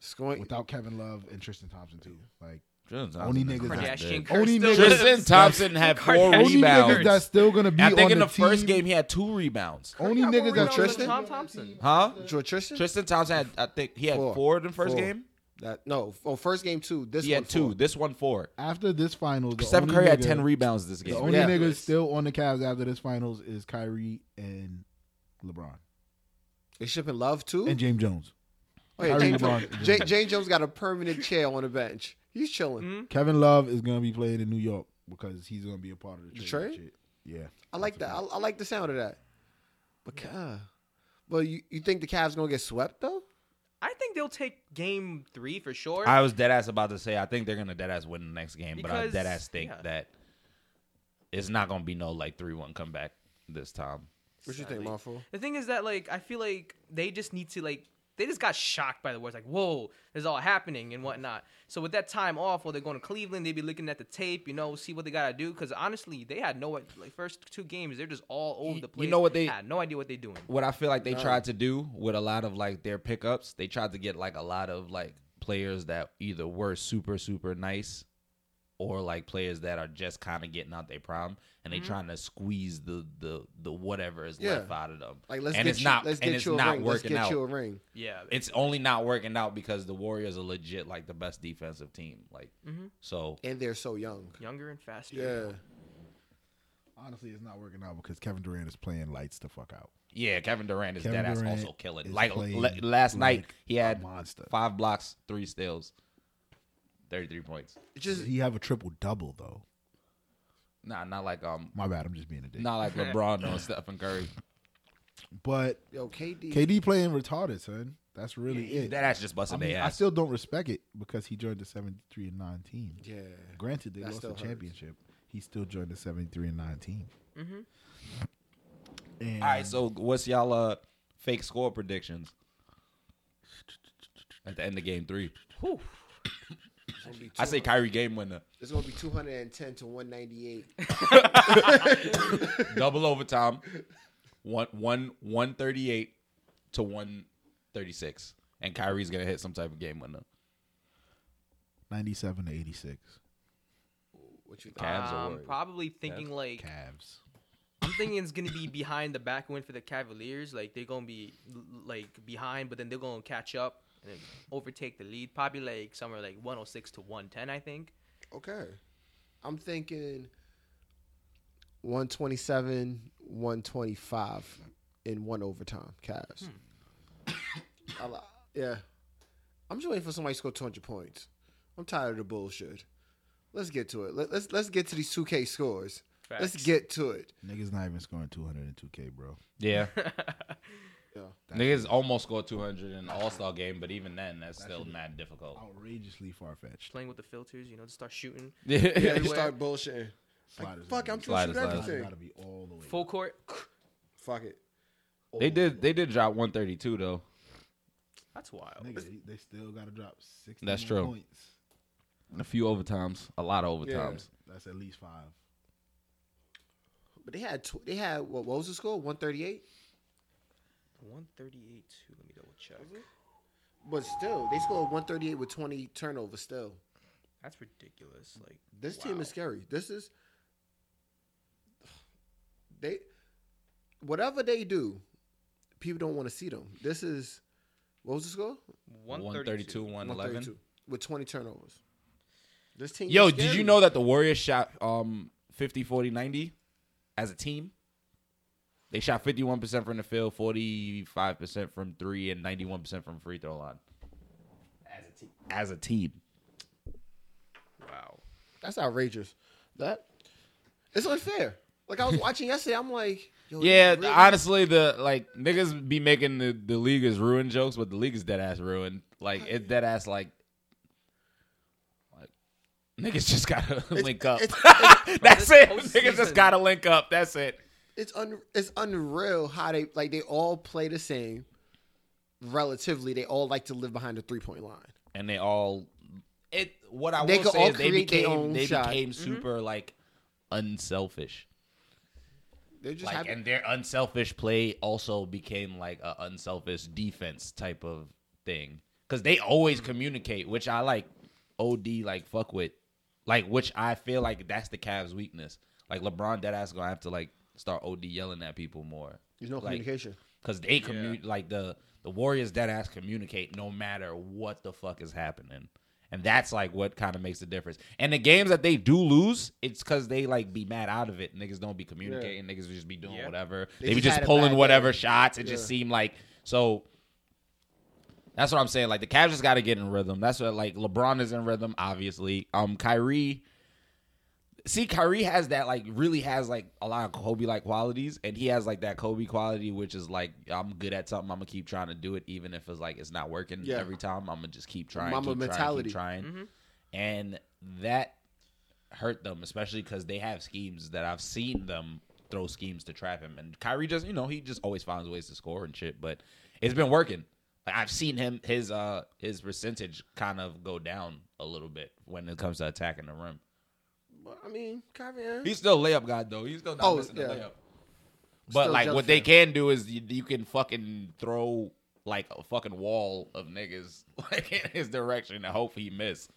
Speaker 1: scoring.
Speaker 3: without Kevin Love and Tristan Thompson too. Like
Speaker 2: Only
Speaker 3: niggas that-
Speaker 4: Kardashian curse.
Speaker 3: Only
Speaker 4: still
Speaker 3: niggas-
Speaker 4: goes-
Speaker 2: Tristan Thompson had four
Speaker 4: Only niggas
Speaker 3: only niggas
Speaker 2: rebounds.
Speaker 3: that's still gonna be.
Speaker 2: I think
Speaker 3: on
Speaker 2: in the,
Speaker 3: the,
Speaker 2: first
Speaker 3: team-
Speaker 2: game he had two rebounds.
Speaker 1: Oh.
Speaker 3: only niggas
Speaker 1: rebounds
Speaker 3: that
Speaker 1: on the
Speaker 3: Tristan.
Speaker 4: Tom Thompson.
Speaker 2: Huh?
Speaker 1: Joe Tristan?
Speaker 2: Tristan Thompson had I think he had four,
Speaker 1: Four.
Speaker 2: in the first
Speaker 1: Four.
Speaker 2: game.
Speaker 1: That, no, oh, first game two. This
Speaker 2: He
Speaker 1: one
Speaker 2: had two.
Speaker 1: four.
Speaker 2: This one four.
Speaker 3: After this finals, the
Speaker 2: Stephen
Speaker 3: only
Speaker 2: Curry had
Speaker 3: nigga-
Speaker 2: ten rebounds this game.
Speaker 3: The only
Speaker 1: Yeah.
Speaker 3: niggas still on the Cavs after this finals is Kyrie and LeBron
Speaker 1: They shipping love too.
Speaker 3: and James Jones.
Speaker 1: oh, yeah,
Speaker 3: Kyrie
Speaker 1: James,
Speaker 3: LeBron.
Speaker 1: Jones. J- James Jones got a permanent chair on the bench. He's chilling.
Speaker 3: Kevin Love is gonna be playing in New York because he's gonna be a part of the trade.
Speaker 1: trade?
Speaker 3: Shit. Yeah,
Speaker 1: I like that. I, I like the sound of that. But uh, but you, you think the Cavs gonna get swept though?
Speaker 4: I think they'll take game three for sure.
Speaker 2: I was dead ass about to say I think they're gonna dead ass win the next game, but I
Speaker 4: Because-
Speaker 2: dead ass think
Speaker 4: yeah.
Speaker 2: that it's not gonna be no like three one comeback this time.
Speaker 1: What you think,
Speaker 4: Sadly.
Speaker 1: Marfo?
Speaker 4: The thing is that like I feel like they just need to like they just got shocked by the words like whoa this is all happening and whatnot. So with that time off, while they're going to Cleveland, they be looking at the tape, you know, see what they gotta do. Because honestly, they had no like first two games, they're just all over
Speaker 2: You-
Speaker 4: the place.
Speaker 2: you know what they-
Speaker 4: had no idea what they're doing.
Speaker 2: what I feel like they tried to do with a lot of like their pickups, they tried to get like a lot of like players that either were super super nice or like players that are just kind of getting out their prime and they trying to squeeze the the the whatever is left
Speaker 1: Mm-hmm. Yeah.
Speaker 2: out of them.
Speaker 1: Like let's
Speaker 2: and
Speaker 1: get
Speaker 2: it's
Speaker 1: you,
Speaker 2: not
Speaker 1: let's
Speaker 2: and
Speaker 1: get
Speaker 2: it's
Speaker 1: you a
Speaker 2: not
Speaker 1: ring. Let's
Speaker 2: working
Speaker 1: get
Speaker 2: out.
Speaker 1: you a ring.
Speaker 4: Yeah,
Speaker 2: It's only not working out because the Warriors are legit like the best defensive team. Like
Speaker 1: Mm-hmm.
Speaker 2: so
Speaker 1: And they're so young.
Speaker 4: younger and faster.
Speaker 1: Yeah.
Speaker 3: honestly, it's not working out because Kevin Durant is playing lights the fuck out.
Speaker 2: yeah, Kevin Durant is
Speaker 3: Kevin
Speaker 2: dead ass
Speaker 3: Durant
Speaker 2: also killing.
Speaker 3: is
Speaker 2: Like l-
Speaker 3: playing
Speaker 2: last night
Speaker 3: like
Speaker 2: he had
Speaker 3: monster.
Speaker 2: five blocks, three steals, thirty three points.
Speaker 1: It's just
Speaker 3: He have a triple double though.
Speaker 2: Nah, not like um
Speaker 3: My bad, I'm just being a dick.
Speaker 2: Not like LeBron or Stephen Curry.
Speaker 3: But
Speaker 1: yo, KD.
Speaker 3: KD playing retarded, son. That's really it.
Speaker 2: That ass
Speaker 3: I,
Speaker 2: just busting
Speaker 3: mean,
Speaker 2: their
Speaker 3: I
Speaker 2: ass.
Speaker 3: still don't respect it because he joined the 73 and 9 team.
Speaker 1: Yeah.
Speaker 3: Granted, they
Speaker 1: That
Speaker 3: lost
Speaker 1: still
Speaker 3: the
Speaker 1: hurts.
Speaker 3: championship. He still joined the 73 and 9 team. Mm-hmm. And
Speaker 2: All right, so what's y'all uh fake score predictions at the end of game three?
Speaker 4: Whew.
Speaker 1: It's gonna be
Speaker 2: I say
Speaker 1: 200
Speaker 2: Kyrie game winner,
Speaker 1: it's gonna be two hundred and ten to one ninety eight.
Speaker 2: double overtime, one one one thirty eight to one thirty six, and Kyrie's gonna hit some type of game winner.
Speaker 3: 97 to 86.
Speaker 1: What you think?
Speaker 2: Okay. Cavs or
Speaker 4: I'm
Speaker 2: Warriors?
Speaker 4: probably thinking like
Speaker 3: Cavs.
Speaker 4: I'm thinking it's gonna be behind the back win for the Cavaliers. Like they're gonna be l- like behind, but then they're gonna catch up and then overtake the lead. Probably like somewhere like 106 to 110, I think.
Speaker 1: Okay. I'm thinking one twenty seven, one twenty five in one overtime Cavs. Hmm. I li- yeah. I'm just waiting for somebody to score two hundred points. I'm tired of the bullshit. Let's get to it. Let, let's let's get to these two K scores. Let's
Speaker 4: Facts.
Speaker 1: get to it.
Speaker 3: Niggas not even scoring 202K, bro.
Speaker 2: Yeah,
Speaker 1: Yeah.
Speaker 2: niggas almost scored two hundred in All Star game, but even then, that's still mad difficult.
Speaker 3: Outrageously far fetched.
Speaker 4: Playing with the filters, you know, just start shooting
Speaker 1: Yeah, you
Speaker 4: Everywhere.
Speaker 1: start bullshitting. Like, fuck, I'm trying to shoot
Speaker 2: Sliders, sliders.
Speaker 1: everything.
Speaker 3: gotta be all the way.
Speaker 4: full court.
Speaker 1: Fuck it.
Speaker 2: They did they did drop one thirty two though.
Speaker 4: That's wild.
Speaker 3: Nigga, they- they still gotta drop 60
Speaker 2: That's true.
Speaker 3: points.
Speaker 2: A few overtimes, a lot of
Speaker 1: Yeah.
Speaker 2: overtimes.
Speaker 3: That's at least five.
Speaker 1: But they had tw- they had what, what was the score? One thirty eight.
Speaker 4: 138 to let me double check.
Speaker 1: But still, they scored one thirty eight with twenty turnovers. Still,
Speaker 4: That's ridiculous. Like
Speaker 1: this team
Speaker 4: wow.
Speaker 1: is scary. This is they whatever they do, people don't want to see them. This is what was the score?
Speaker 2: 132, 111.
Speaker 1: 132, with twenty turnovers. This team.
Speaker 2: Yo,
Speaker 1: is
Speaker 2: did
Speaker 1: scary.
Speaker 2: you know that the Warriors shot um 50 40 90 as a team? They shot 51% from the field, 45% from 3 and 91% from free throw line. As a team. As a team.
Speaker 4: Wow.
Speaker 1: that's outrageous? That it's unfair. Like I was watching yesterday, I'm like, yo,
Speaker 2: Yeah,
Speaker 1: really?
Speaker 2: honestly, the like niggas be making the, the league is ruined jokes, but the league is dead ass ruined. Like it dead ass like like Niggas just gotta link up.
Speaker 1: It's,
Speaker 2: That's
Speaker 4: this
Speaker 2: it.
Speaker 4: whole
Speaker 2: Niggas
Speaker 4: season-
Speaker 2: just gotta link up. That's it.
Speaker 1: it's un it's unreal how they like they all play the same. Relatively, they all like to live behind the three point line.
Speaker 2: and they all it what I
Speaker 1: They
Speaker 2: will
Speaker 1: could
Speaker 2: say
Speaker 1: all
Speaker 2: is they
Speaker 1: create their own
Speaker 2: became they
Speaker 1: shot.
Speaker 2: became super like unselfish.
Speaker 1: They're just
Speaker 2: Like
Speaker 1: happy.
Speaker 2: and their unselfish play also became like a unselfish defense type of thing cuz they always communicate which I like OD like fuck with like which I feel like that's the Cavs weakness. Like LeBron dead ass going to have to like start OD yelling at people more.
Speaker 1: There's no
Speaker 2: like,
Speaker 1: communication.
Speaker 2: Cause they commu like the the Warriors dead ass communicate no matter what the fuck is happening, and that's like what kind of makes the difference. And the games that they do lose, it's cause they like be mad out of it. Niggas don't be communicating. Niggas just be doing
Speaker 4: Yeah.
Speaker 2: whatever.
Speaker 1: They
Speaker 2: They, be
Speaker 1: just
Speaker 2: just
Speaker 1: had a bad
Speaker 2: pulling
Speaker 1: day.
Speaker 2: whatever shots. It just
Speaker 1: Yeah.
Speaker 2: seemed like so. That's what I'm saying. Like the Cavs just got to get in rhythm. That's what like LeBron is in rhythm. Obviously, um, Kyrie. See, Kyrie has that like really has like a lot of Kobe like qualities, and he has like that Kobe quality, which is like I'm good at something. I'm gonna keep trying to do it, even if it's like it's not working
Speaker 1: Yeah.
Speaker 2: every time. I'm gonna just keep trying,
Speaker 1: Mamba
Speaker 2: keep
Speaker 1: mentality.
Speaker 2: trying, keep trying, and that hurt them, especially because they have schemes that I've seen them throw schemes to trap him. And Kyrie just, you know, he just always finds ways to score and shit. But it's been working. Like I've seen him his uh his percentage kind of go down a little bit when it comes to attacking the rim.
Speaker 1: Well, I mean, Kyrie. Irving-
Speaker 2: He's still layup guy though. He's still not
Speaker 1: Oh,
Speaker 2: missing
Speaker 1: yeah.
Speaker 2: the layup. But
Speaker 1: Still
Speaker 2: like
Speaker 1: jump
Speaker 2: what they
Speaker 1: shot.
Speaker 2: can do is you, you can fucking throw like a fucking wall of niggas like in his direction and hope he miss,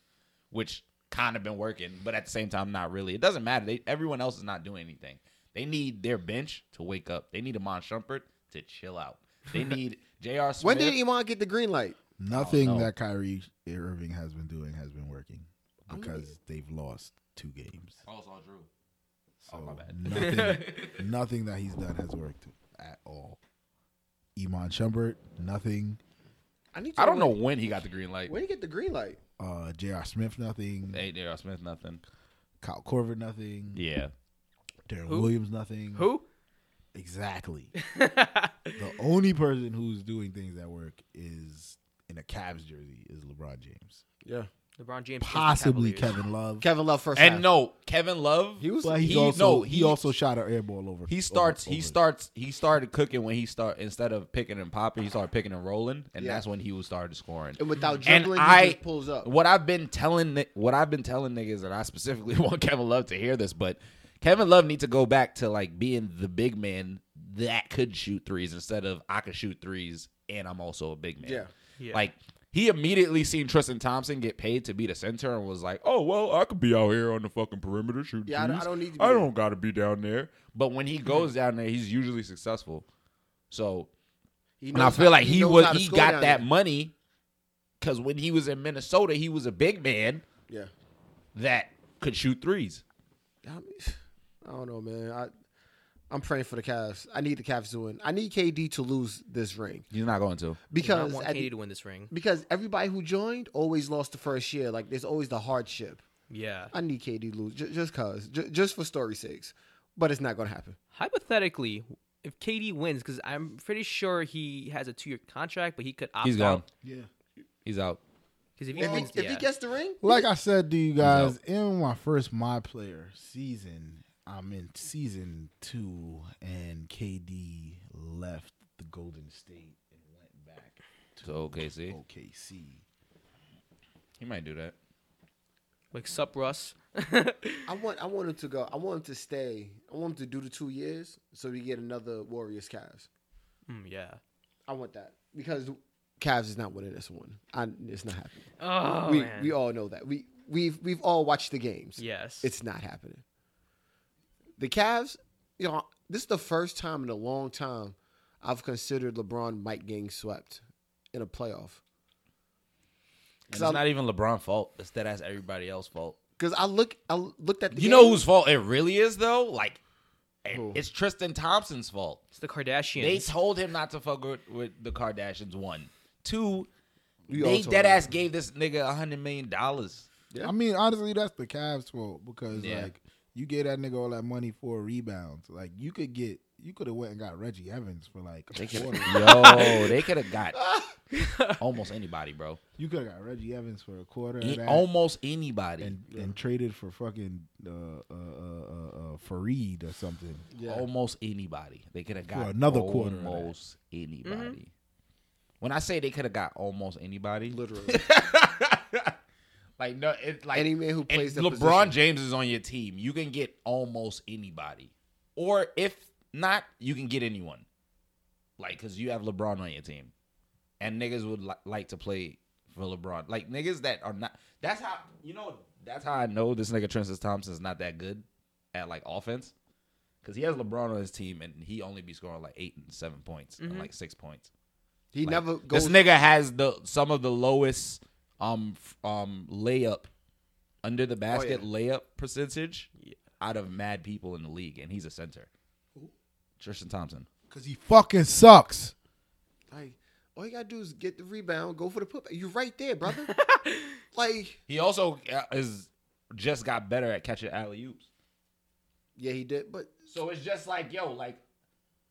Speaker 2: which kind of been working, but at the same time not really. It doesn't matter. They, everyone else is not doing anything. They need their bench to wake up. They need Amon Shumpert to chill out. They need J.R.
Speaker 1: When
Speaker 2: Smith.
Speaker 1: did Iman get the green light?
Speaker 3: Nothing
Speaker 2: Oh, no.
Speaker 3: that Kyrie Irving has been doing has been working because they've lost two games.
Speaker 2: Oh, it's all Drew.
Speaker 3: So
Speaker 2: Oh, my bad.
Speaker 3: nothing, nothing that he's done has worked at all. Iman Shumpert, nothing.
Speaker 1: I need. To
Speaker 2: I don't know when he got the green light.
Speaker 1: when he get the green light.
Speaker 3: Uh, J.R. Smith, nothing.
Speaker 2: Hey, J.R. Smith, nothing.
Speaker 3: Kyle Corver, nothing.
Speaker 2: Yeah.
Speaker 3: Darren
Speaker 4: Who?
Speaker 3: Williams, nothing.
Speaker 4: Who?
Speaker 3: Exactly. the only person who's doing things that work is in a Cavs jersey is LeBron James.
Speaker 1: Yeah,
Speaker 4: LeBron James. is the
Speaker 3: Possibly
Speaker 4: Cavaliers.
Speaker 3: Kevin Love.
Speaker 1: Kevin Love first. half.
Speaker 2: And no, Kevin Love.
Speaker 1: he was.
Speaker 3: But he's
Speaker 2: He-
Speaker 3: also
Speaker 2: no,
Speaker 3: he,
Speaker 2: he-
Speaker 3: also shot an air ball over.
Speaker 2: He starts.
Speaker 3: over-
Speaker 2: he
Speaker 3: over-
Speaker 2: starts. He started cooking when he start instead of picking and popping. He started picking and rolling, and
Speaker 1: Yeah.
Speaker 2: that's when he was started scoring.
Speaker 1: and without
Speaker 2: And
Speaker 1: dribbling,
Speaker 2: I-
Speaker 1: he just pulls up.
Speaker 2: What I've been telling, ni- what I've been telling niggas, and I specifically want Kevin Love to hear this, but Kevin Love needs to go back to like being the big man that could shoot threes instead of I could shoot threes and I'm also a big man.
Speaker 1: Yeah.
Speaker 4: Yeah.
Speaker 2: Like he immediately seen Tristan Thompson get paid to be the center and was like, "Oh well, I could be out here on the fucking perimeter shooting.
Speaker 1: Yeah, I don't-
Speaker 2: threes.
Speaker 1: I don't need to be
Speaker 2: I
Speaker 1: there." Mm-hmm.
Speaker 2: don't gotta be down there." But when he goes down there, he's usually successful. So
Speaker 1: He
Speaker 2: and I
Speaker 1: knows
Speaker 2: feel
Speaker 1: how-
Speaker 2: like he
Speaker 1: knows
Speaker 2: was
Speaker 1: how to
Speaker 2: he
Speaker 1: score
Speaker 2: got
Speaker 1: down
Speaker 2: that
Speaker 1: there.
Speaker 2: money because when he was in Minnesota, he was a big man
Speaker 1: Yeah.
Speaker 2: that could shoot threes.
Speaker 1: I, mean, I don't know, man. I I'm praying for the Cavs. I need the Cavs to win. I need KD to lose this ring
Speaker 2: He's not going to.
Speaker 4: I
Speaker 1: because
Speaker 4: want
Speaker 1: at-
Speaker 4: KD to win this ring.
Speaker 1: because everybody who joined always lost the first year. Like there's always the hardship.
Speaker 4: Yeah.
Speaker 1: I need KD to lose j- just cause, j- just for story sakes. But it's not gonna happen.
Speaker 4: Hypothetically, if KD wins, because I'm pretty sure he has a two-year contract, but he could opt
Speaker 2: He's gone.
Speaker 4: out.
Speaker 3: Yeah.
Speaker 2: He's out.
Speaker 4: Because if he
Speaker 1: If he,
Speaker 4: wins,
Speaker 1: if
Speaker 4: yeah.
Speaker 1: he gets the ring,
Speaker 3: Like I said to you guys in my first my player season, I'm in season two, and KD left the Golden State and went back
Speaker 2: To OKC,
Speaker 3: OKC.
Speaker 2: he might do that.
Speaker 4: like sup, Russ. Mm,
Speaker 1: I want I want him to go. I want him to stay. I want him to do the two years so we get another Warriors Cavs.
Speaker 4: Mm, yeah.
Speaker 1: I want that because Cavs is not winning this one. I, it's not happening.
Speaker 4: Oh
Speaker 1: we
Speaker 4: man.
Speaker 1: we all know that. We we've we've all watched the games.
Speaker 4: yes.
Speaker 1: It's not happening. The Cavs, you know, this is the first time in a long time I've considered LeBron might getting swept in a playoff.
Speaker 2: And it's
Speaker 1: So-
Speaker 2: not even LeBron's fault. It's that that's everybody else's fault.
Speaker 1: Because I look I looked at the
Speaker 2: You
Speaker 1: game.
Speaker 2: know whose fault it really is though? Like it-
Speaker 1: Who?
Speaker 2: it's Tristan Thompson's fault.
Speaker 4: It's the Kardashians.
Speaker 2: They told him not to fuck with, with the Kardashians. One, two.
Speaker 1: We all
Speaker 2: they
Speaker 1: told
Speaker 2: dead
Speaker 1: him.
Speaker 2: ass gave this nigga a hundred million dollars.
Speaker 1: Yeah.
Speaker 3: I mean, honestly, that's the Cavs' fault because
Speaker 2: Yeah.
Speaker 3: like you gave that nigga all that money for rebounds. Like you could get you could have went and got Reggie Evans for like a
Speaker 2: They could,
Speaker 3: quarter.
Speaker 2: yo, they could have got almost anybody, bro.
Speaker 3: you could have got Reggie Evans for a quarter. of
Speaker 2: E-
Speaker 3: that
Speaker 2: almost anybody.
Speaker 3: and and traded for fucking uh, uh, uh, uh, Farid or something.
Speaker 2: Almost anybody. They could have got
Speaker 3: another quarter of that.
Speaker 2: Almost anybody. When I say they could have got almost anybody,
Speaker 1: Literally,
Speaker 2: like no, it, like
Speaker 1: any man who
Speaker 2: and
Speaker 1: plays the
Speaker 2: LeBron
Speaker 1: position.
Speaker 2: James is on your team, you can get almost anybody. Or if not, you can get anyone. Like, cause you have LeBron on your team, and niggas would li- like to play for LeBron. Like niggas that are not. That's how you know. That's how I know this nigga Tristan Thompson's not that good at like offense, cause he has LeBron on his team, and he only be scoring like eight and seven points,
Speaker 1: Mm-hmm.
Speaker 2: and like six points.
Speaker 1: He
Speaker 2: Like,
Speaker 1: never goes.
Speaker 2: This nigga has the some of the lowest um f- um layup under
Speaker 1: Oh,
Speaker 2: the basket layup percentage out of mad people in the league, and he's a center. Tristan Thompson.
Speaker 3: Cause he fucking sucks.
Speaker 1: like, all you gotta do is get the rebound, go for the putback. You're right there, brother. like,
Speaker 2: He also uh, is just got better at catching alley oops.
Speaker 1: yeah, he did, but
Speaker 2: So it's just like, yo, like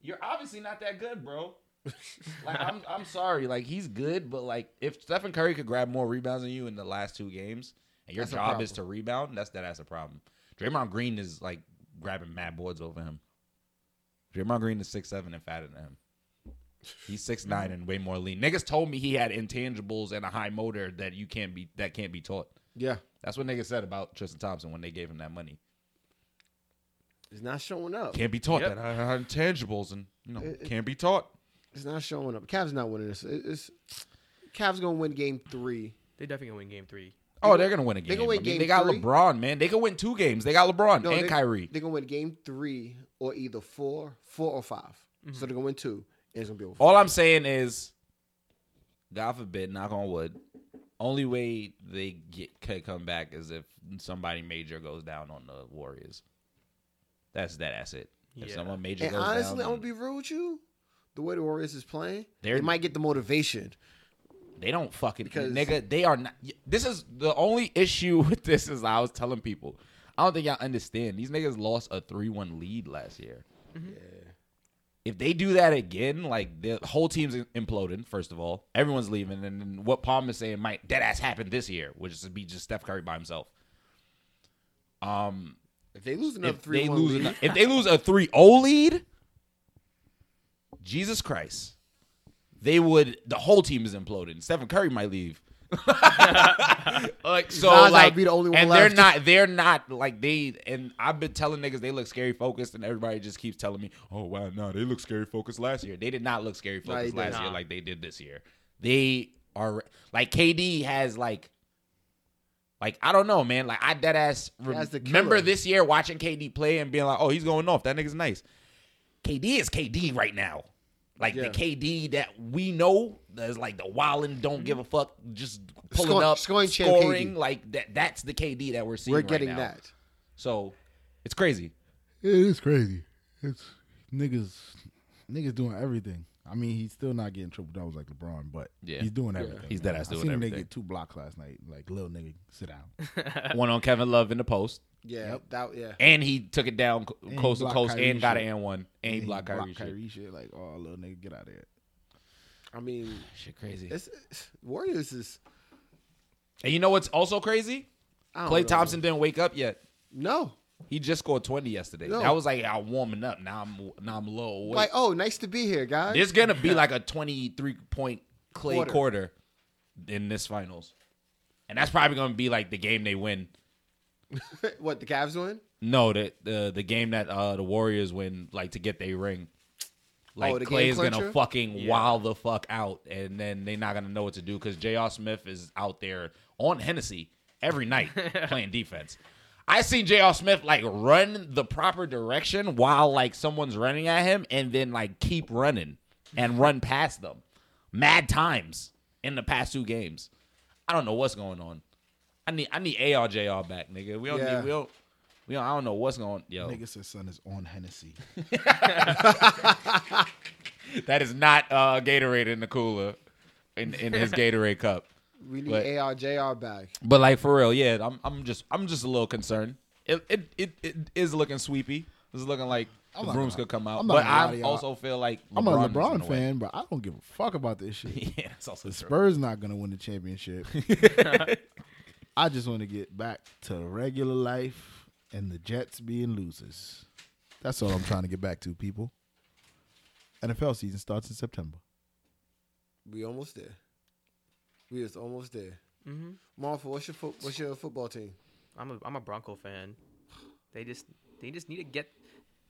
Speaker 2: you're obviously not that good, bro. like I'm I'm sorry, like he's good, but like if Stephen Curry could grab more rebounds than you in the last two games, and your
Speaker 1: That's a
Speaker 2: job is
Speaker 1: problem.
Speaker 2: to rebound, that's that that's a problem. Draymond Green is like grabbing mad boards over him. Draymond Green is six seven and fatter than him. He's six nine and way more lean. Niggas told me he had intangibles and a high motor that you can't be that can't be taught.
Speaker 1: yeah,
Speaker 2: That's what niggas said about Tristan Thompson when they gave him that money.
Speaker 1: it's not showing up.
Speaker 2: Can't be taught
Speaker 4: Yep.
Speaker 2: that uh, intangibles and you know
Speaker 1: It- it-
Speaker 2: can't be taught.
Speaker 1: It's not showing up. Cavs not winning this. It- It's Cavs gonna win game three.
Speaker 4: They definitely gonna win game three.
Speaker 2: Oh, they're gonna win a game.
Speaker 1: they gonna win
Speaker 2: I mean,
Speaker 1: game
Speaker 2: they got
Speaker 1: three.
Speaker 2: LeBron, man. They could win two games. They got LeBron and
Speaker 1: they,
Speaker 2: Kyrie.
Speaker 1: They're gonna win game three or either four, four or 5 So they're gonna win two. And it's gonna be over.
Speaker 2: Mm-hmm. All I'm saying is, God forbid, knock on wood. Only way they get could come back is if somebody major goes down on the Warriors. That's that. That's it. If
Speaker 4: Yeah.
Speaker 2: someone major
Speaker 1: And
Speaker 2: goes
Speaker 1: honestly, I'm
Speaker 2: down,
Speaker 1: gonna be real with you. The way the Warriors is playing,
Speaker 2: They're-
Speaker 1: they might get the motivation.
Speaker 2: they don't fucking
Speaker 1: Because-
Speaker 2: nigga. They are not. This is the only issue with this is I was telling people. I don't think y'all understand. These niggas lost a three one lead last year.
Speaker 1: Mm-hmm.
Speaker 2: if they do that again, like the whole team's imploding. First of all, everyone's leaving, and then what Palm is saying might dead ass happen this year, which is to be just Steph Curry by himself. Um,
Speaker 1: If they lose another
Speaker 2: if
Speaker 1: three,
Speaker 2: they lose, ano- if they lose a 3-0 lead, Jesus Christ, they would. The whole team is imploding. Stephen Curry might leave. like so,
Speaker 1: Zaza would
Speaker 2: like
Speaker 1: be the only one
Speaker 2: and
Speaker 1: left.
Speaker 2: they're not. They're not like they. And I've been telling niggas they look scary focused, and everybody just keeps telling me, "Oh wow, no, they look scary focused last year. They did not look scary
Speaker 1: No, they
Speaker 2: focused
Speaker 1: did
Speaker 2: last
Speaker 4: not.
Speaker 2: year like they did this year. They are like KD has like." Like I don't know, man. Like I dead ass
Speaker 1: That's the
Speaker 2: remember
Speaker 1: killer.
Speaker 2: this year watching KD play and being like, "Oh, he's going off. That nigga's nice." KD is KD right now. Like
Speaker 1: Yeah.
Speaker 2: the KD that we know that's like the wildin' don't give a fuck, just pulling
Speaker 1: Scoring-
Speaker 2: up,
Speaker 1: scoring champ
Speaker 2: scoring.
Speaker 1: KD.
Speaker 2: Like that. That's the KD that we're seeing.
Speaker 1: we're
Speaker 2: right
Speaker 1: getting
Speaker 2: now.
Speaker 1: that.
Speaker 2: So it's crazy.
Speaker 3: It is crazy. It's niggas, niggas doing everything. I mean, he's still not getting triple doubles like LeBron, but
Speaker 2: Yeah.
Speaker 3: he's doing everything.
Speaker 2: He's deadass
Speaker 3: I
Speaker 2: doing
Speaker 3: seen him
Speaker 2: everything.
Speaker 3: get two blocks last night. Like little nigga, sit down.
Speaker 2: One on Kevin Love in the post,
Speaker 1: Yeah, that yeah.
Speaker 2: and he took it down co-
Speaker 3: And he
Speaker 2: coast to
Speaker 3: blocked
Speaker 2: coast
Speaker 3: Kyrie
Speaker 2: and got
Speaker 3: shit.
Speaker 2: an and one, and he
Speaker 3: He
Speaker 2: blocked Kyrie. shit.
Speaker 3: shit. Like, oh, little nigga, get out of here.
Speaker 1: I mean,
Speaker 2: Shit crazy.
Speaker 1: it's, it's- Warriors is.
Speaker 2: And you know what's also crazy?
Speaker 1: I don't
Speaker 2: Clay
Speaker 1: know.
Speaker 2: Thompson didn't wake up yet.
Speaker 1: No,
Speaker 2: He just scored 20 yesterday.
Speaker 1: No.
Speaker 2: That was like I'm warming up. Now I'm now I'm low awake.
Speaker 1: like oh, nice to be here, guys.
Speaker 2: There's gonna be like a 23 point clay quarter.
Speaker 1: Quarter.
Speaker 2: in this finals. And that's probably gonna be like the game they win.
Speaker 1: what the Cavs win?
Speaker 2: No, the the, the game that uh the Warriors win, like to get their ring. Like
Speaker 1: Oh, the game
Speaker 2: Clay is gonna
Speaker 1: clincher?
Speaker 2: fucking wild the fuck out, and then they're not gonna know what to do because J.R. Smith is out there on Hennessy every night playing defense. I seen J.R. Smith like run the proper direction while like someone's running at him, and then like keep running and run past them, mad times in the past two games. I don't know what's going on. I need I need ARJR back, nigga. We don't
Speaker 1: Yeah.
Speaker 2: need we don't we don't, I don't know what's going yo.
Speaker 3: Nigga says son is on Hennessy.
Speaker 2: That is not uh, Gatorade in the cooler, in, in his Gatorade cup.
Speaker 1: We need
Speaker 2: But-
Speaker 1: ARJR back.
Speaker 2: But like for real, yeah, I'm I'm just I'm just a little concerned. It it it, it is looking sweepy. It's looking like
Speaker 3: I'm
Speaker 2: the
Speaker 3: not
Speaker 2: brooms
Speaker 3: gonna-
Speaker 2: could come out.
Speaker 3: I'm not
Speaker 2: but
Speaker 3: gonna lie to
Speaker 2: I
Speaker 3: y'all.
Speaker 2: also feel like
Speaker 3: I'm a
Speaker 2: is in
Speaker 3: LeBron
Speaker 2: the way.
Speaker 3: fan, but I don't give a fuck about this shit.
Speaker 2: yeah, that's also
Speaker 3: The
Speaker 2: true.
Speaker 3: Spurs not gonna win the championship. I just want to get back to regular life and the Jets being losers. That's all I'm trying to get back to, people. NFL season starts in September.
Speaker 1: We almost there. We is almost there. Mm-hmm. Martha, what's your fo- what's your football team?
Speaker 4: I'm a I'm a Bronco fan. They just they just need to get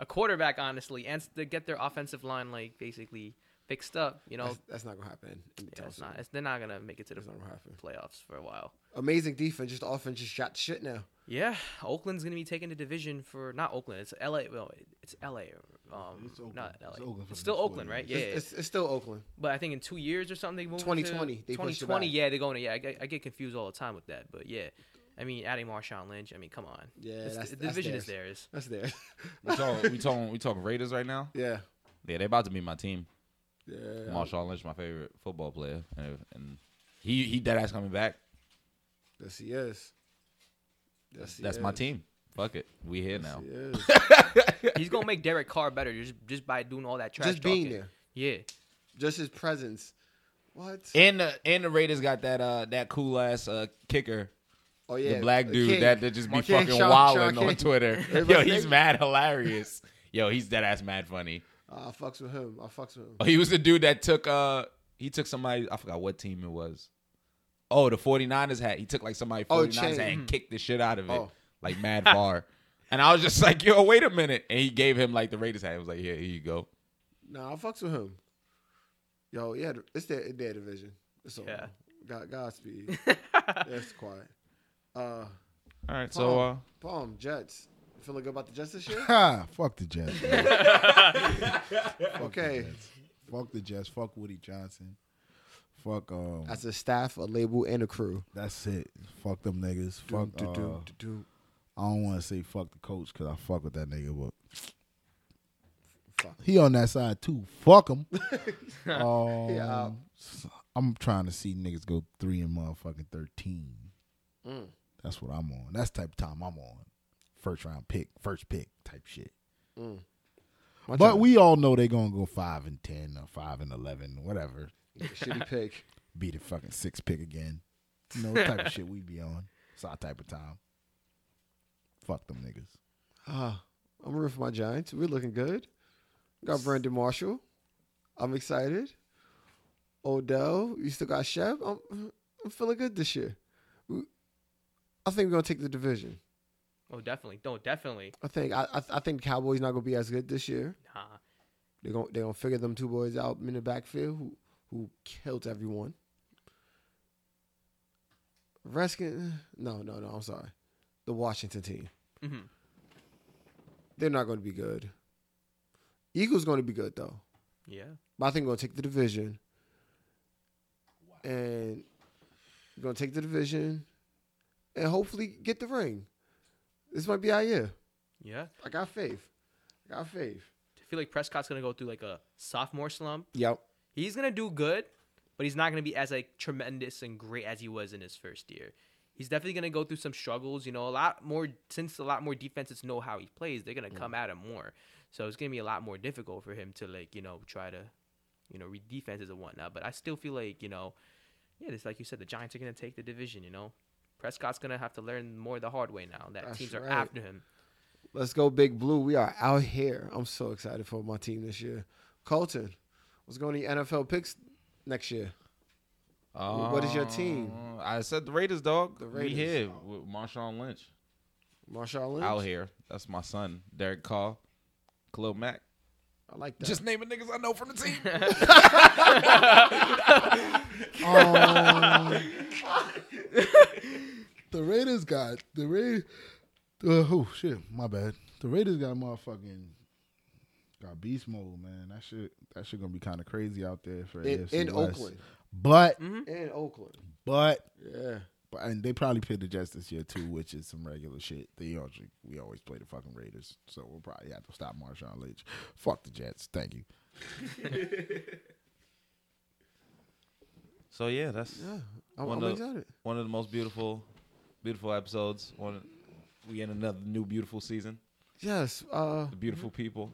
Speaker 4: a quarterback, honestly, and s- to get their offensive line like basically fixed up. You know,
Speaker 1: That's, that's not gonna happen.
Speaker 4: yeah, it's not. It's, they're not gonna make it to the
Speaker 1: not gonna happen.
Speaker 4: playoffs for a while.
Speaker 1: Amazing defense, just offense just shot shit now.
Speaker 4: Yeah, Oakland's gonna be taking the division for not Oakland. It's L.A. Well, it's L.A. Um,
Speaker 3: It's Oakland.
Speaker 4: not L.A.
Speaker 3: It's
Speaker 4: It's,
Speaker 3: Oakland for the
Speaker 4: still
Speaker 3: next four
Speaker 4: Oakland, right? Yeah,
Speaker 1: It's, it's, it's still Oakland.
Speaker 4: but I think in two years or something they move.
Speaker 1: 2020, they pushed it
Speaker 4: 2020.
Speaker 1: back.
Speaker 4: Yeah, they're going to. Yeah, I get, I get confused all the time with that. But yeah, I mean adding Marshawn Lynch. I mean, come on.
Speaker 1: Yeah,
Speaker 4: It's-
Speaker 1: that's-
Speaker 4: the
Speaker 1: that's
Speaker 4: division is
Speaker 1: theirs. That's
Speaker 4: theirs.
Speaker 1: there.
Speaker 2: we talking, we talking, we talking Raiders right now.
Speaker 1: yeah.
Speaker 2: Yeah, they about to be my team.
Speaker 1: Yeah.
Speaker 2: Marshawn Lynch, my favorite football player, and, and he he dead ass coming back.
Speaker 1: Yes, he is. Yes, he
Speaker 2: That's my
Speaker 1: is.
Speaker 2: team. Fuck it, we here now.
Speaker 1: He is.
Speaker 4: He's gonna make Derek Carr better just just by doing all that trash
Speaker 1: Just being
Speaker 4: talking.
Speaker 1: there.
Speaker 4: Yeah,
Speaker 1: Just his presence. What?
Speaker 2: And the and the Raiders got that uh that cool ass uh kicker,
Speaker 1: Oh yeah,
Speaker 2: the black dude
Speaker 1: King.
Speaker 2: that, that just be
Speaker 1: King,
Speaker 2: fucking
Speaker 1: Sean-
Speaker 2: wilding
Speaker 1: Sean
Speaker 2: on
Speaker 1: King.
Speaker 2: Twitter. Yo,
Speaker 1: Everybody-
Speaker 2: he's mad hilarious. Yo, he's dead ass mad funny.
Speaker 1: I Ah, fucks with him. I fucks with him.
Speaker 2: Oh, he was the dude that took uh he took somebody I forgot what team it was. Oh, the 49ers hat. He took like somebody 49ers
Speaker 1: Oh,
Speaker 2: hat
Speaker 1: Chang.
Speaker 2: and kicked the shit out of it.
Speaker 1: Oh.
Speaker 2: Like mad far. And I was just like, yo, wait a minute. And he gave him like the Raiders hat. He was like, yeah, here you go.
Speaker 1: Nah, I fucks with him. Yo, yeah, it's their, their division. It's all
Speaker 4: Yeah.
Speaker 1: God, Godspeed. That's quiet. Uh,
Speaker 2: All right,
Speaker 1: so, uh, Palm Jets. You feeling good about the Jets this year?
Speaker 3: Ha! Fuck the Jets. man.
Speaker 1: Okay,
Speaker 3: fuck the Jets. Fuck Woody Johnson. Fuck um.
Speaker 1: as a staff, a label, and a crew.
Speaker 3: That's it. Fuck them niggas. Fuck.
Speaker 1: Doom,
Speaker 3: uh,
Speaker 1: doom, doom, doom.
Speaker 3: I don't want to say fuck the coach because I fuck with that nigga, but
Speaker 1: Fuck.
Speaker 3: he on that side too. Fuck him. um,
Speaker 1: Yeah.
Speaker 3: I'm trying to see niggas go three and motherfucking thirteen.
Speaker 1: Mm.
Speaker 3: That's what I'm on. That's the type of time I'm on. First round pick, first pick type shit.
Speaker 1: My
Speaker 3: but
Speaker 1: job.
Speaker 3: we all know they gonna go five and ten or five and eleven, whatever.
Speaker 1: shitty pick.
Speaker 3: Be the fucking six pick again. You know what type of shit we be on. It's our type of time. Fuck them niggas.
Speaker 1: Uh, I'm rooting for my Giants. We're looking good. Got Brandon Marshall. I'm excited. Odell, you still got Chef. I'm, I'm feeling good this year. We- I think we're gonna take the division.
Speaker 4: oh definitely, no, definitely.
Speaker 1: I think I I, I think the Cowboys not gonna be as good this year.
Speaker 4: Nah,
Speaker 1: They're gonna they're gonna figure them two boys out in the backfield who who killed everyone. Reskin, no no no, I'm sorry, the Washington team.
Speaker 4: Mhm.
Speaker 1: They're not gonna be good. Eagles gonna be good though.
Speaker 4: yeah.
Speaker 1: But I think we're gonna take the division. And we're gonna take the division and hopefully get the ring. This might be our year.
Speaker 4: Yeah.
Speaker 1: I got faith. I got faith.
Speaker 4: I feel like Prescott's gonna go through like a sophomore slump.
Speaker 1: Yep.
Speaker 4: He's gonna do good, but he's not gonna be as like tremendous and great as he was in his first year. He's definitely gonna go through some struggles. You know, a lot more since a lot more defenses know how he plays, they're
Speaker 1: Mm.
Speaker 4: gonna come at him more. So it's gonna be a lot more difficult for him to like you know try to you know read defenses and whatnot. But I still feel like you know, yeah, it's like you said, the Giants are gonna take the division. You know, Prescott's gonna have to learn more the hard way now that
Speaker 1: That's
Speaker 4: teams are
Speaker 1: right.
Speaker 4: after him.
Speaker 1: Let's go, Big Blue. We are out here. I'm so excited for my team this year. Colton, what's going to your NFL picks next year? what is your team?
Speaker 2: Uh, I said the Raiders, dog.
Speaker 1: Raiders. Oh.
Speaker 2: We here with Marshawn Lynch.
Speaker 1: Marshawn Lynch.
Speaker 2: Out here. That's my son, Derek Carr, Khalil Mack.
Speaker 1: I like that.
Speaker 2: Just naming niggas I know from the team.
Speaker 3: The Raiders got the Raiders. Uh, oh shit, my bad. The Raiders got motherfucking got beast mode, man. That shit, that shit gonna be kind of crazy out there for
Speaker 1: in,
Speaker 3: AFC
Speaker 1: in
Speaker 3: West.
Speaker 1: Oakland.
Speaker 3: But,
Speaker 1: In Oakland.
Speaker 3: but,
Speaker 1: Yeah.
Speaker 3: but, and they probably played the Jets this year too, which is some regular shit. They usually we always play the fucking Raiders, so we'll probably have to stop Marshawn Lynch. Fuck the Jets. Thank you.
Speaker 2: so yeah, that's
Speaker 1: Yeah. I'm,
Speaker 2: One
Speaker 1: I'm
Speaker 2: of-
Speaker 1: excited.
Speaker 2: one of the most beautiful, beautiful episodes. One, we in another new beautiful season.
Speaker 1: Yes, uh,
Speaker 2: The beautiful people,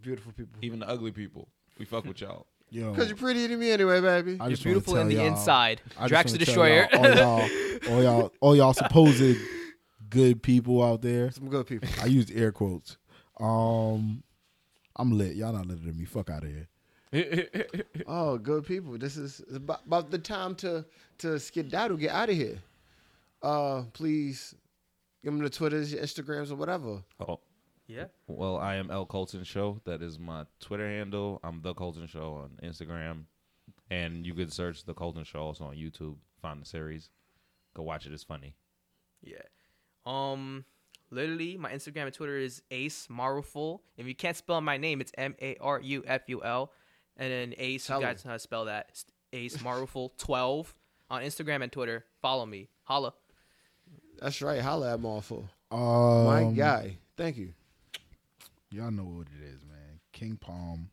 Speaker 1: beautiful people.
Speaker 2: even the ugly people. We fuck with y'all.
Speaker 3: Yo,
Speaker 1: Because you're pretty to me anyway, baby.
Speaker 3: I
Speaker 4: You're
Speaker 3: just wanna
Speaker 4: beautiful in
Speaker 3: tell
Speaker 4: the
Speaker 3: y'all-
Speaker 4: inside.
Speaker 3: I just
Speaker 4: Drax the
Speaker 3: wanna tell y'all,
Speaker 4: Destroyer.
Speaker 3: all y'all, all y'all, all y'all supposed good people out there.
Speaker 1: Some good people.
Speaker 3: I used air quotes. Um, I'm lit. Y'all not litter than me. Fuck out of here.
Speaker 1: Oh, good people. This is about, about the time to to skedaddle, get out of here. Uh, please give them the Twitters, your Instagrams, or whatever.
Speaker 2: Oh.
Speaker 4: yeah.
Speaker 2: Well, I am L Colton Show. That is my Twitter handle. I'm the Colton Show on Instagram, and you could search the Colton Show also on YouTube. Find the series, go watch it. It's funny.
Speaker 4: Yeah. Um, literally, my Instagram and Twitter is Ace Maruful. If you can't spell my name, it's M A R U F U L, and then Ace.
Speaker 1: Tell
Speaker 4: you guys know how to spell that. It's Ace Maruful twelve on Instagram and Twitter. Follow me. Holla.
Speaker 1: That's right. Holla at Marful.
Speaker 3: Um,
Speaker 1: My guy. Thank you.
Speaker 3: Y'all know what it is, man. King Palm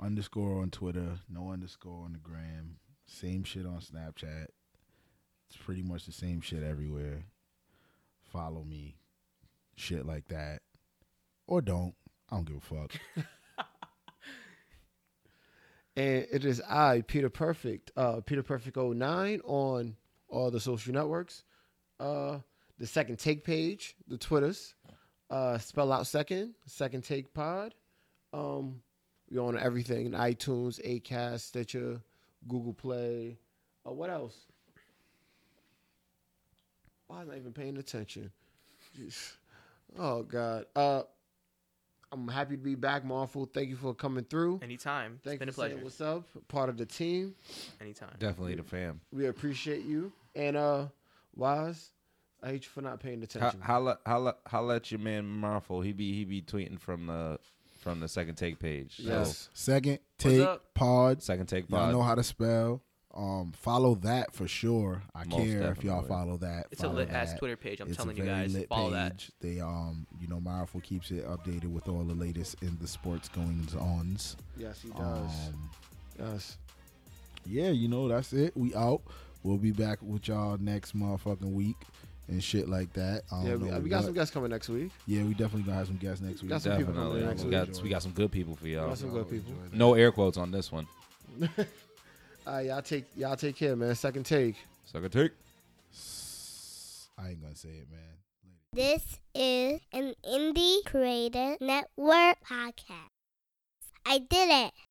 Speaker 3: underscore on Twitter, no underscore on the gram. Same shit on Snapchat. It's pretty much the same shit everywhere. Follow me, shit like that, or don't. I don't give a fuck.
Speaker 1: And it is I, Peter Perfect, uh, Peter Perfect 09 on all the social networks. Uh, the second take page, the Twitters, uh, spell out second, second take pod. Um, we on everything iTunes, Acast, Stitcher, Google Play. Uh, what else? Why am I even paying attention? Jeez. Oh, God. Uh, I'm happy to be back, Marvel. Thank you for coming through.
Speaker 4: Anytime.
Speaker 1: Thanks
Speaker 4: it's been a
Speaker 1: for saying
Speaker 4: pleasure.
Speaker 1: what's up. Part of the team.
Speaker 4: Anytime.
Speaker 2: Definitely the fam.
Speaker 1: We appreciate you. And uh Wise, I hate you for not paying
Speaker 2: Ho-
Speaker 1: attention.
Speaker 2: Holla, holla, holla at your man Marfo. He be he be tweeting from the from the second take page. So,
Speaker 1: yes.
Speaker 3: Second take
Speaker 4: up?
Speaker 3: pod.
Speaker 2: second take
Speaker 3: Y'all
Speaker 2: pod.
Speaker 3: know how to spell. Um, follow that for sure. I
Speaker 2: Most
Speaker 3: care if y'all
Speaker 2: definitely.
Speaker 3: follow that.
Speaker 4: It's a
Speaker 3: Follow
Speaker 4: lit ass
Speaker 3: that.
Speaker 4: Twitter page. I'm
Speaker 3: It's a
Speaker 4: telling you
Speaker 3: very
Speaker 4: guys.
Speaker 3: lit
Speaker 4: Follow that.
Speaker 3: page. They um, you know, Myraful keeps it updated with all the latest in the sports goings ons.
Speaker 1: Yes, he does.
Speaker 3: Um,
Speaker 1: yes.
Speaker 3: yeah, you know, that's it. We out. We'll be back with y'all next motherfucking week and shit like that. Um, I don't
Speaker 1: Yeah, we,
Speaker 3: know
Speaker 1: we got
Speaker 3: what-
Speaker 1: some guests coming next week.
Speaker 3: Yeah, we definitely gonna have some guests next week.
Speaker 1: Got some people coming
Speaker 2: Definitely,
Speaker 1: next
Speaker 2: we
Speaker 1: week.
Speaker 2: got we got some good people for y'all.
Speaker 1: Got some good people.
Speaker 2: No air quotes on this one.
Speaker 1: All right, y'all take y'all take care, man. Second take.
Speaker 2: Second take.
Speaker 3: I ain't gonna say it, man.
Speaker 6: This is an indie created network podcast. I did it.